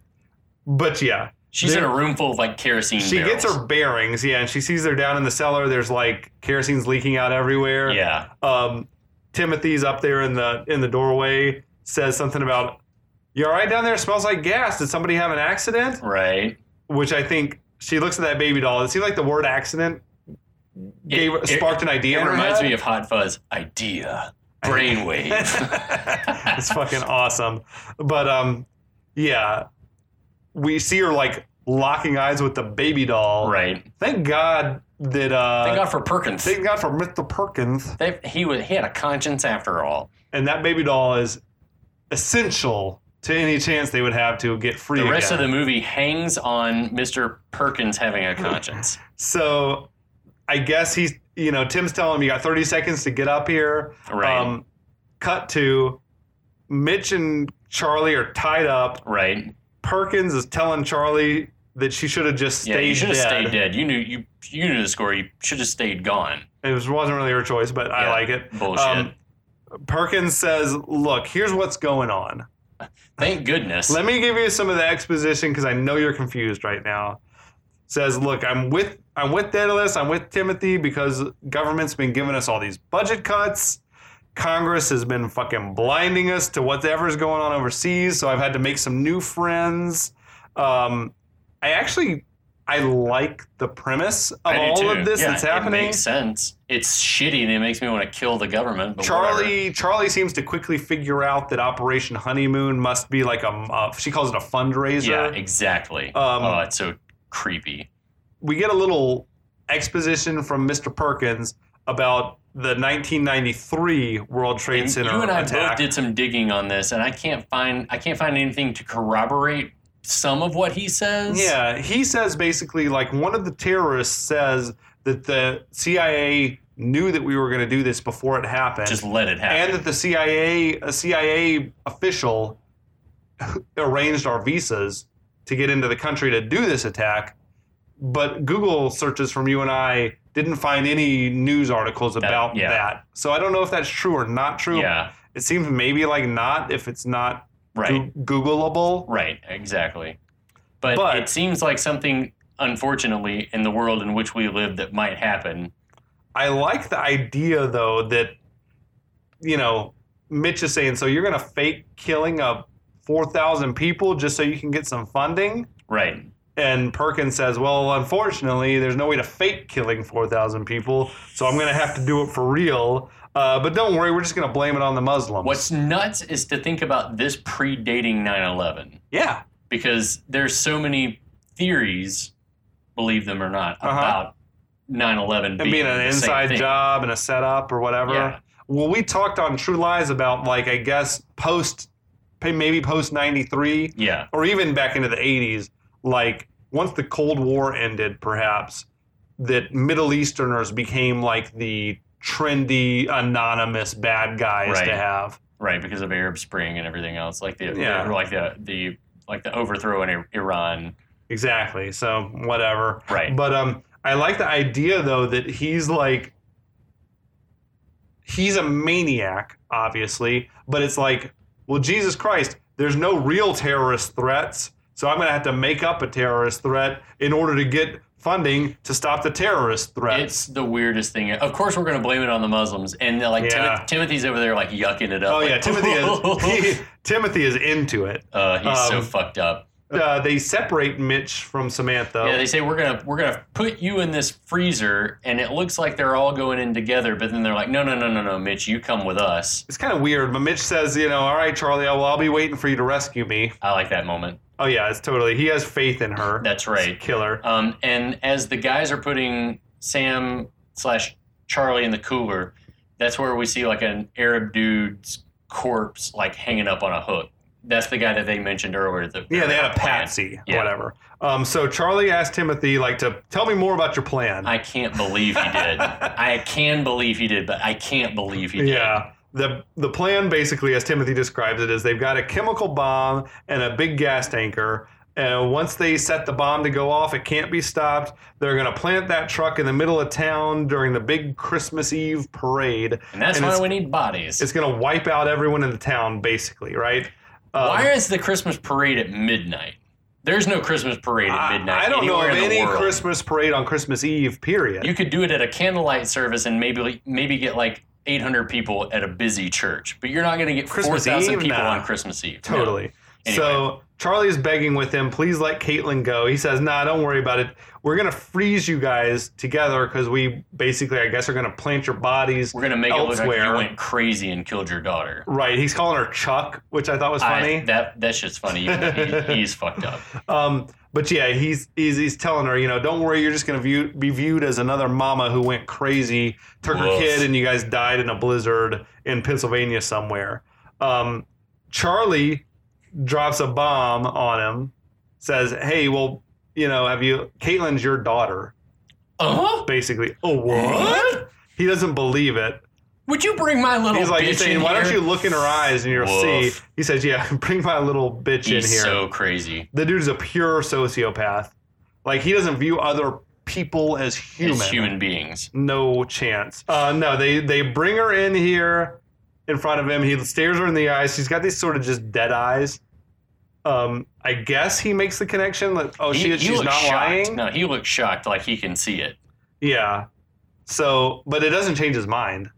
but yeah,
She's in
There-
a room full of like kerosene.
she gets her bearings. Yeah, and she sees they're down in the cellar. There's like kerosene's leaking out everywhere.
Yeah.
Um, Timothy's up there in the in the doorway. Says something about you all right down there? It smells like gas. Did somebody have an accident?
Right.
Which I think she looks at that baby doll. It seemed like the word accident gave
it-
sparked an idea.
It
in her
reminds
head.
me of Hot Fuzz. Idea. Brainwave.
it's fucking awesome. But um, yeah, we see her like locking eyes with the baby doll.
right.
Thank God that uh,
Thank God for Perkins.
thank God for Mr. Perkins.
They, he was he had a conscience after all.
And that baby doll is essential to any chance they would have to get free.
The rest of
again.
the movie hangs on Mr. Perkins having a conscience.
So I guess he's you know Tim's telling him you got 30 seconds to get up here.
Right.
Um, cut to Mitch and Charlie are tied up.
right.
Perkins is telling Charlie that she should have just
Yeah,
stayed
you should have
dead.
stayed dead. You knew you you knew the score. You should have stayed gone.
It was, wasn't really her choice, but I
Yeah.
like it.
Bullshit.
Um, Perkins says, "Look, here's what's going on.
Thank goodness.
Let me give you some of the exposition because I know you're confused right now." Says, "Look, I'm with I'm with Daedalus. I'm with Timothy because government's been giving us all these budget cuts. Congress has been fucking blinding us to whatever's going on overseas. So I've had to make some new friends. Um, I actually." I like the premise of
I do
all
too.
of this
Yeah,
that's
It
happening.
makes sense. It's shitty and it makes me want to kill the government. But
Charlie
whatever.
Charlie seems to quickly figure out that Operation Honeymoon must be like a uh, she calls it a fundraiser.
Yeah, exactly.
Um,
oh, it's so creepy.
we get a little exposition from Mr. Perkins about the 1993 World Trade
And
Center
you and I
attack.
both did some digging on this, and I can't find I can't find anything to corroborate some of what he says.
yeah, he says basically like one of the terrorists says that the CIA knew that we were going to do this before it happened.
just let it happen.
and that the CIA, a CIA official, arranged our visas to get into the country to do this attack. But Google searches from you and I didn't find any news articles about
yeah.
that. So I don't know if that's true or not true.
yeah,
It seems maybe like not if it's not
right,
Googleable. Googleable.
right, exactly. But,
But-
it seems like something, unfortunately, in the world in which we live that might happen.
I like the idea though that you know Mitch is saying so you're going to fake killing of 4,000 people just so you can get some funding.
Right,
And Perkins says, "Well, unfortunately, there's no way to fake killing 4,000 people, so I'm going to have to do it for real. Uh, but don't worry, we're just going to blame it on the Muslims."
what's nuts is to think about this predating 9/11
yeah,
because there's so many theories, believe them or not,
Uh-huh.
about 9/11
and being an
the same
inside
thing.
job and a setup or whatever.
Yeah.
Well, we talked on True Lies about like I guess post, maybe post 93,
Yeah,
or even back into the 80s, like once the Cold War ended, perhaps, that Middle Easterners became like the trendy, anonymous bad guys
Right.
to have.
right, because of Arab Spring and everything else, like the,
Yeah.
the like the the like the overthrow in Ir- Iran.
Exactly. So, whatever.
Right.
But um, I like the idea, though, that he's like, he's a maniac, obviously, but it's like, well, Jesus Christ, there's no real terrorist threats. So I'm going to have to make up a terrorist threat in order to get funding to stop the terrorist threats.
It's the weirdest thing. Of course, we're going to blame it on the Muslims, and uh, like
Yeah.
Timoth- Timothy's over there, like yucking it up.
Oh
like,
yeah, Timothy is he- Timothy is into it.
uh, he's so
um,
fucked up.
Uh, they separate Mitch from Samantha.
Yeah, they say we're gonna we're gonna put you in this freezer, and it looks like they're all going in together. But then they're like, no, no, no, no, no, Mitch, you come with us.
it's kind of weird, but Mitch says, you know, all right, Charlie, well, I'll be waiting for you to rescue me.
I like that moment.
Oh yeah, it's totally. He has faith in her.
That's right.
killer.
Um, and as the guys are putting Sam slash Charlie in the cooler, that's where we see like an Arab dude's corpse like hanging up on a hook. That's the guy that they mentioned earlier. That
Yeah, they had a patsy,
Yeah.
whatever. Um, so Charlie asked Timothy, like, to tell me more about your plan.
I can't believe he did. I can believe he did, but I can't believe he did.
yeah. The, the plan basically, as Timothy describes it, is they've got a chemical bomb and a big gas tanker. And once they set the bomb to go off, it can't be stopped. They're going to plant that truck in the middle of town during the big Christmas Eve parade.
And that's
And
why
it's-
we need bodies.
It's going to wipe out everyone in the town, basically, right? Um,
Why is the Christmas parade at midnight? There's no Christmas parade at
I-
midnight.
I, don't know
anywhere
of
in the
any
world.
Christmas parade on Christmas Eve, period.
You could do it at a candlelight service and maybe maybe get like 800 people at a busy church, but you're not going to get
Christmas
4,000
Eve?
people
Nah.
on Christmas Eve. No.
Totally.
Anyway.
So Charlie is begging with him, please let Caitlin go. He says, nah, don't worry about it. We're going to freeze you guys together because we basically, I guess, are going to plant your bodies.
We're going to make it look like
Elsewhere.
you went crazy and killed your daughter.
Right. He's calling her Chuck, which I thought was funny.
I, that that shit's funny. Even though he, he's fucked up.
Um, but yeah, he's, he's he's telling her, you know, don't worry, you're just gonna view, be viewed as another mama who went crazy, took her
Woof.
kid, and you guys died in a blizzard in Pennsylvania somewhere. Um, Charlie drops a bomb on him, says, "Hey, well, you know, have you? Caitlin's your daughter,
Uh huh.
basically." Oh,
What?
He doesn't believe it.
Would you bring my little?
He's like,
bitch
he's saying,
in
"Why don't
here?"
you look in her eyes and you'll
Woof.
see?" He says, "Yeah, bring my little bitch in
He's
here."
so crazy.
the dude is a pure sociopath. Like he doesn't view other people as human.
It's human beings.
No chance. Uh, no, they they bring her in here in front of him. He stares her in the eyes. She's got these sort of just dead eyes. Um, I guess he makes the connection. Like, oh,
He-
she,
he
she's
looked
not
shocked.
lying.
No, he looks shocked, like he can see it.
Yeah. So, but it doesn't change his mind.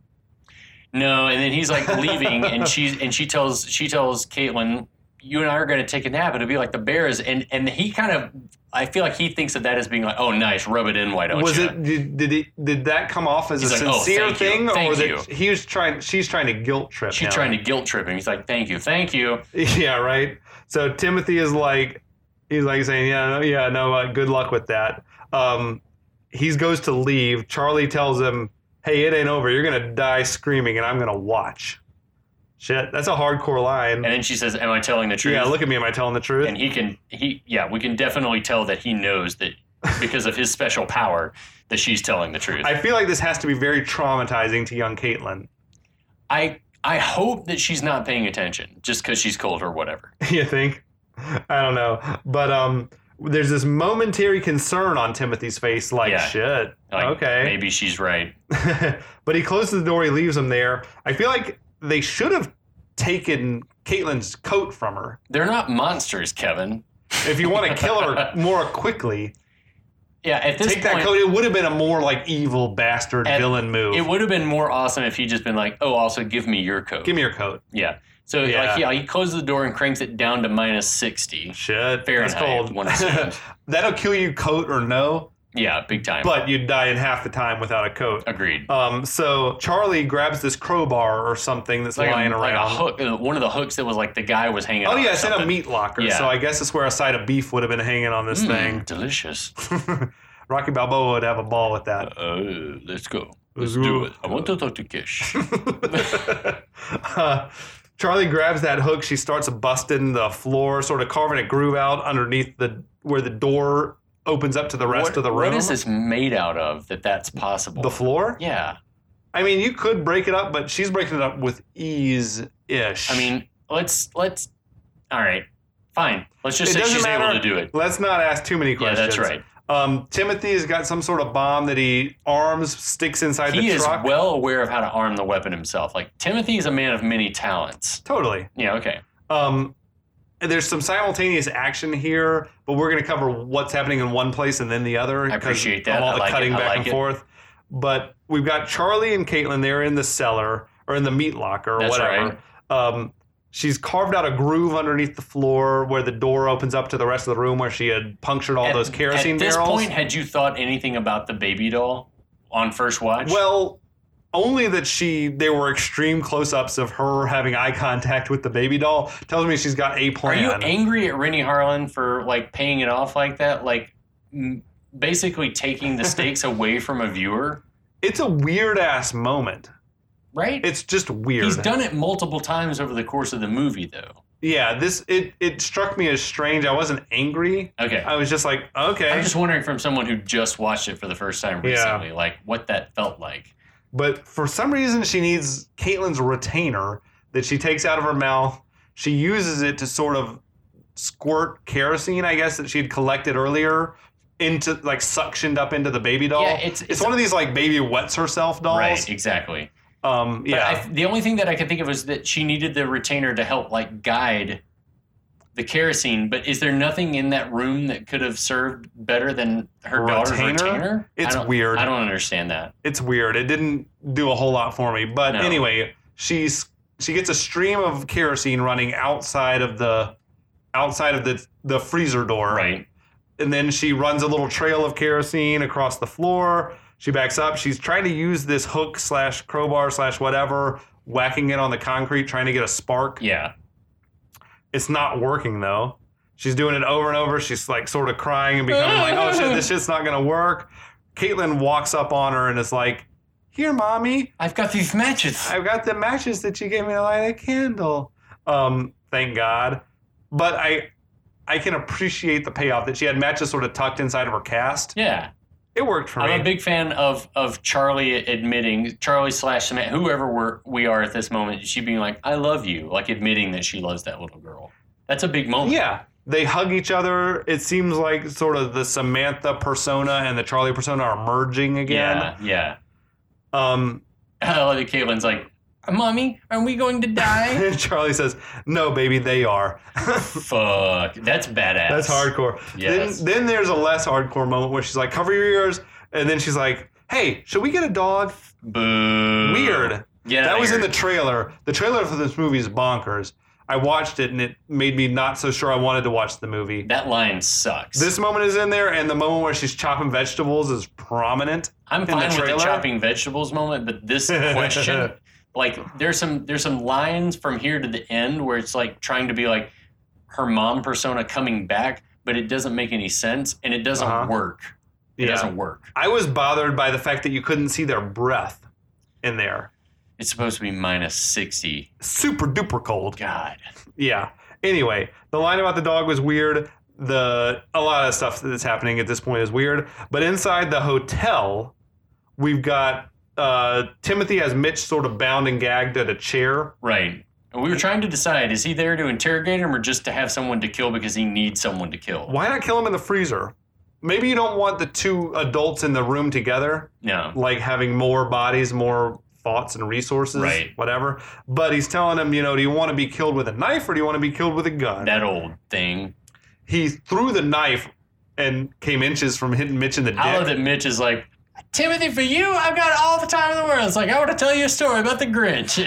No, and then he's like leaving, and she's and she tells she tells Caitlin, "You and I are going to take a nap. It'll be like the Bears." And and he kind of, I feel like he thinks of that as being like, "Oh, nice, rub it in, why don't
was
you?"
it did did, it, did that come off as
He's
a
like, oh,
sincere
thank you,
thing,
thank
or
you.
that he was trying? She's trying to guilt trip.
She's
him.
trying to guilt trip him. He's like, "Thank you, thank you."
Yeah, right. So Timothy is like, he's like saying, yeah, no, yeah, no, uh, good luck with that. Um, he goes to leave. Charlie tells him, hey, it ain't over. You're gonna die screaming, and I'm gonna watch. Shit, that's a hardcore line.
And then she says, "Am I telling the truth?"
yeah, look at me. Am I telling the truth?
and he can he yeah, we can definitely tell that he knows that because of his special power that she's telling the truth.
I feel like this has to be very traumatizing to young Caitlin.
I I hope that she's not paying attention just because she's cold or whatever.
you think? I don't know, but um, there's this momentary concern on Timothy's face, like
Yeah.
shit.
Like,
okay,
Maybe she's right.
but he closes the door. He leaves him there. I feel like they should have taken Caitlyn's coat from her
They're not monsters, Kevin.
if you want to kill her more quickly.
Yeah, at this
Take that
point,
coat. It would have been a more like evil bastard
At-
villain move.
it would have been more awesome if he'd just been like, "Oh, also give me your coat."
Give me your coat.
yeah. So
Yeah.
like, yeah, he closes the door and cranks it down to minus sixty.
Shit,
Fahrenheit, one assumes.
That'll kill you, coat or no,
Yeah, big time.
but you'd die in half the time without a coat.
Agreed.
Um, so Charlie grabs this crowbar or something that's
It's like
lying
a, like
around.
a hook, uh, one of the hooks that was like the guy was hanging.
Oh
on or
yeah, it's in a
something.
meat locker.
Yeah.
So I guess it's where a side of beef would have been hanging on this
Mm,
thing.
Delicious.
Rocky Balboa would have a ball with that.
Oh, let's go.
Let's
Let's
go.
do it. I want to talk to Kish.
Uh, Charlie grabs that hook. She starts busting the floor, sort of carving a groove out underneath the where the door opens up to the rest
What-
of the room.
What is this made out of that that's possible?
The floor?
yeah.
I mean, you could break it up, but she's breaking it up with ease ish.
I mean, let's let's. All right, fine. Let's just
It
say
doesn't
she's
matter.
able to do it.
let's not ask too many
Yeah,
questions.
that's right.
Um, Timothy's got some sort of bomb that he arms, sticks inside
He
the
is
truck.
well aware of how to arm the weapon himself. Like Timothy is a man of many talents.
totally.
Yeah. Okay.
Um, and there's some simultaneous action here, but we're going to cover what's happening in one place and then the other.
I
'cause
appreciate that.
Of all
I
the
like
cutting
it. I
back
like
and
it.
forth. But we've got Charlie and Caitlin. They're in the cellar or in the meat locker or
That's
whatever. Um, she's carved out a groove underneath the floor where the door opens up to the rest of the room where she had punctured all
At-
those kerosene
At this
barrels.
point, had you thought anything about the baby doll on first watch?
well, only that she there were extreme close-ups of her having eye contact with the baby doll tells me she's got a
are
plan.
you angry at Rennie Harlan for like paying it off like that? Like m- basically taking the stakes away from a viewer,
it's a weird ass moment.
right?
It's just weird.
He's done it multiple times over the course of the movie, though.
yeah, this it it struck me as strange. I wasn't angry.
Okay.
I was just like, okay.
I'm just wondering from someone who just watched it for the first time
Yeah.
recently, like what that felt like.
but for some reason, she needs Caitlyn's retainer that she takes out of her mouth. She uses it to sort of squirt kerosene, I guess, that she had collected earlier into like suctioned up into the baby doll.
Yeah, it's-
it's
it's
one
a-
of these like baby wets herself dolls.
Right, exactly.
Um,
But
yeah.
I, the only thing that I could think of was that she needed the retainer to help like guide the kerosene. But is there nothing in that room that could have served better than her daughter's
Retainer?
retainer? I
It's
don't-
weird.
I don't understand that.
it's weird. It didn't do a whole lot for me. But
No.
anyway, she's she gets a stream of kerosene running outside of the outside of the the freezer door.
Right.
And then she runs a little trail of kerosene across the floor. She backs up. She's trying to use this hook slash crowbar slash whatever, whacking it on the concrete, trying to get a spark.
Yeah.
It's not working though. She's doing it over and over. She's like sort of crying and becoming like, oh shit, this shit's not gonna work. Caitlin walks up on her and is like, here, mommy,
I've got these matches.
I've got the matches that you gave me to light a candle. Um, thank God. But I I can appreciate the payoff that she had matches sort of tucked inside of her cast.
yeah.
It worked for me.
I'm a big fan of of Charlie admitting Charlie slash Samantha, whoever we're we are at this moment. She being like, "I love you," like admitting that she loves that little girl. That's a big moment.
yeah. They hug each other. It seems like sort of the Samantha persona and the Charlie persona are merging again.
yeah, yeah.
Um,
I love that Caitlin's like, "Mommy, are we going to die?"
Charlie says, "No, baby, they are."
Fuck, that's badass.
That's hardcore.
Yes.
Then, then there's a less hardcore moment where she's like, "Cover your ears," and then she's like, "Hey, should we get a dog?"
Boo.
Weird.
Yeah,
That was in the trailer. The trailer for this movie is bonkers. I watched it and it made me not so sure I wanted to watch the movie.
That line sucks.
This moment is in there, and the moment where she's chopping vegetables is prominent.
I'm
in the
fine with the
trailer?
chopping vegetables moment, but this question, like, there's some there's some lines from here to the end where it's like trying to be like her mom persona coming back, but it doesn't make any sense and it doesn't
Uh-huh.
work. It
Yeah.
doesn't work.
I was bothered by the fact that you couldn't see their breath in there.
It's supposed to be minus sixty.
Super duper cold.
God,
Yeah. Anyway, the line about the dog was weird. The a lot of stuff that's happening at this point is weird. But inside the hotel, we've got uh, Timothy has Mitch sort of bound and gagged at a chair.
right. And we were trying to decide: is he there to interrogate him or just to have someone to kill because he needs someone to kill?
Why not kill him in the freezer? Maybe you don't want the two adults in the room together,
No,
like having more bodies, more thoughts and resources,
Right.
whatever. But he's telling him, you know, do you want to be killed with a knife or do you want to be killed with a gun?
that old thing.
he threw the knife and came inches from hitting Mitch in the dick.
I love that Mitch is like, Timothy, for you, I've got all the time in the world. It's like, I want to tell you a story about the Grinch.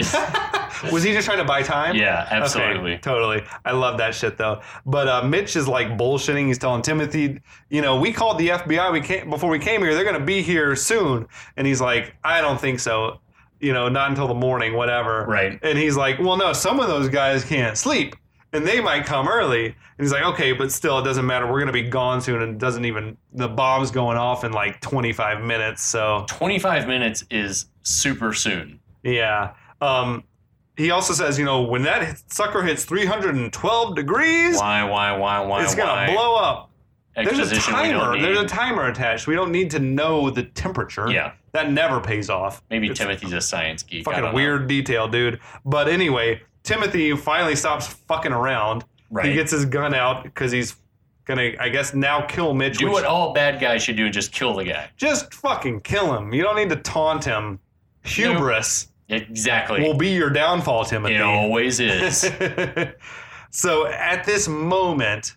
Was he just trying to buy time?
yeah,
Okay,
absolutely.
totally. I love that shit though. But uh, Mitch is like bullshitting. He's telling Timothy, you know, we called the FBI. We came before we came here. They're gonna be here soon. And he's like, I don't think so. You know, not until the morning, whatever.
Right.
And he's like, well, no, some of those guys can't sleep, and they might come early. And he's like, okay, but still, it doesn't matter. We're gonna be gone soon, and it doesn't even the bomb's going off in like 25 minutes. So
25 minutes is super soon.
Yeah. Um, he also says, you know, when that sucker hits 312 degrees,
Why, why, why, why,
it's going
why?
to blow up. There's a
Exposition we don't
timer.
need.
There's a timer attached. We don't need to know the temperature.
Yeah.
That never pays off.
Maybe
It's
Timothy's a science geek. I don't
Fucking
know.
weird detail, dude. But anyway, Timothy finally stops fucking around.
Right.
He gets his gun out because he's going to, I guess, now kill Mitch.
Do
which-
what all bad guys should do and just kill the guy.
just fucking kill him. You don't need to taunt him. Hubris
Exactly.
will be your downfall, Timothy.
it always is.
so at this moment,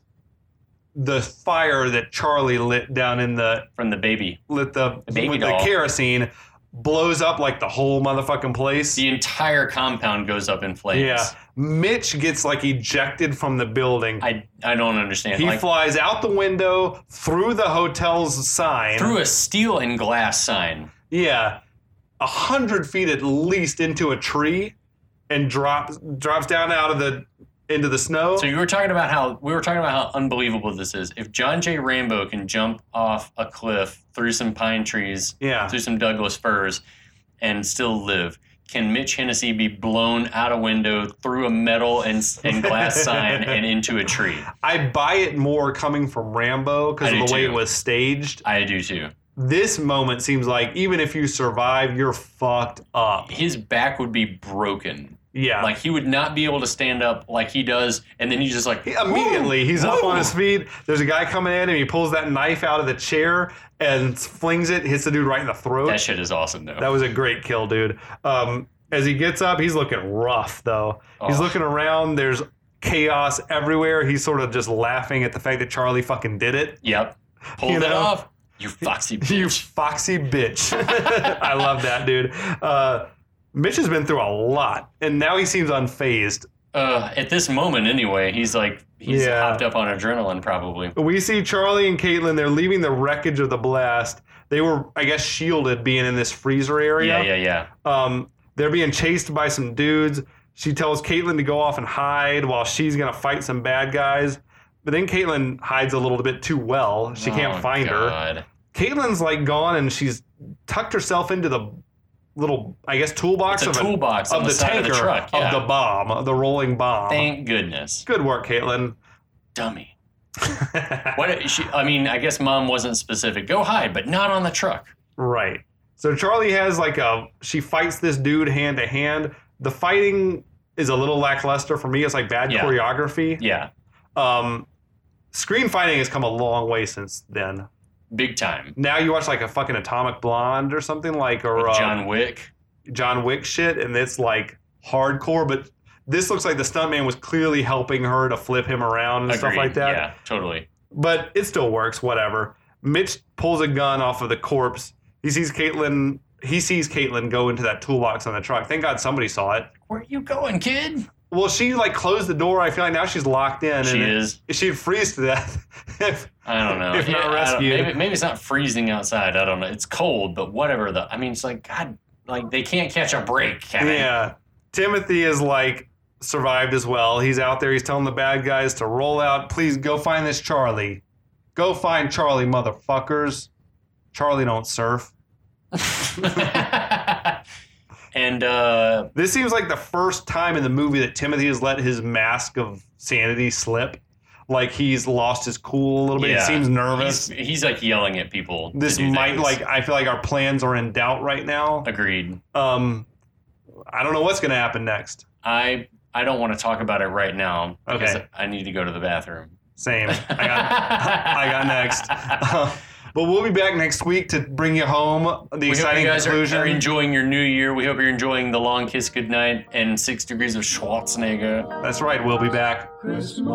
the fire that Charlie lit down in the
From the baby.
lit the,
The baby
with
doll.
the kerosene blows up like the whole motherfucking place.
The entire compound goes up in flames.
Yeah. Mitch gets like ejected from the building.
I, I don't understand.
he
like,
flies out the window through the hotel's sign.
through a steel and glass sign.
Yeah, a hundred feet at least into a tree, and drops drops down out of the into the snow.
So you were talking about how we were talking about how unbelievable this is. If John J. Rambo can jump off a cliff through some pine trees,
yeah.
through some Douglas firs, and still live, can Mitch Hennessy be blown out a window through a metal and, and glass sign and into a tree?
I buy it more coming from Rambo because of
I do
the way
too.
it was staged.
I do too.
This moment seems like even if you survive, you're fucked up.
His back would be broken.
Yeah.
Like he would not be able to stand up like he does, and then he's just like
He- immediately, he's up
woo.
on his feet. There's a guy coming in, and he pulls that knife out of the chair and flings it, hits the dude right in the throat.
that shit is awesome though.
That was a great kill, dude. Um, as he gets up, he's looking rough, though. He's
Oh.
looking around. There's chaos everywhere. He's sort of just laughing at the fact that Charlie fucking did it.
yep, pulled
You
it
know?
off. You foxy bitch.
You foxy bitch. I love that, dude. Uh, Mitch has been through a lot, and now he seems unfazed.
uh, at this moment anyway, he's like he's
Yeah.
hopped up on adrenaline probably.
We see Charlie and Caitlin. They're leaving the wreckage of the blast. They were, I guess, shielded being in this freezer area.
Yeah, yeah, yeah.
Um, they're being chased by some dudes. She tells Caitlin to go off and hide while she's gonna fight some bad guys. But then Caitlin hides a little bit too well.
Oh,
She can't find her.
her.
Caitlin's like gone and she's tucked herself into the little, I guess, toolbox
It's a
of,
toolbox
a,
on
of
the,
the
side
tanker
of the truck. Yeah.
of the bomb, of the rolling bomb.
Thank goodness,
Good work, Caitlin.
dummy. What? She, I mean, I guess mom wasn't specific. Go hide, but not on the truck.
Right. So Charlie has like a she fights this dude hand to hand. The fighting is a little lackluster for me. It's like bad
Yeah.
choreography.
Yeah,
Um, screen fighting has come a long way since then.
big time.
Now you watch like a fucking Atomic Blonde or something like or
With
uh,
John Wick.
John Wick shit, and it's like hardcore. But this looks like the stuntman was clearly helping her to flip him around and stuff
Agreed.
like that
Yeah, totally.
but it still works. Whatever. Mitch pulls a gun off of the corpse. He sees Caitlin. He sees Caitlin go into that toolbox on the truck. Thank God somebody saw it.
Where you going, kid?
Well, she like closed the door. I feel like now she's locked in.
She
and
is.
She'd freeze to death. if,
I don't know.
If not
I don't-
rescued.
maybe, maybe it's not freezing outside. I don't know. It's cold, but whatever. The I mean, it's like God. Like they can't catch a break. Can they?
yeah. Timothy is like survived as well. He's out there. He's telling the bad guys to roll out. Please go find this Charlie. Go find Charlie, motherfuckers. Charlie don't surf.
and uh,
This seems like the first time in the movie that Timothy has let his mask of sanity slip. Like he's lost his cool a little bit.
Yeah.
He seems
he's,
nervous.
he's like yelling at people. to
this
do
might
things.
like I feel like our plans are in doubt right now.
agreed.
Um I don't know what's gonna happen next.
I I don't want to talk about it right now because
Okay.
I need to go to the bathroom.
Same. I got I got next. but we'll be back next week to bring you home the
we hope you
exciting
guys are,
conclusion.
are enjoying your new year. We hope you're enjoying the long kiss goodnight and six degrees of Schwarzenegger.
That's right, we'll be back.
Christmas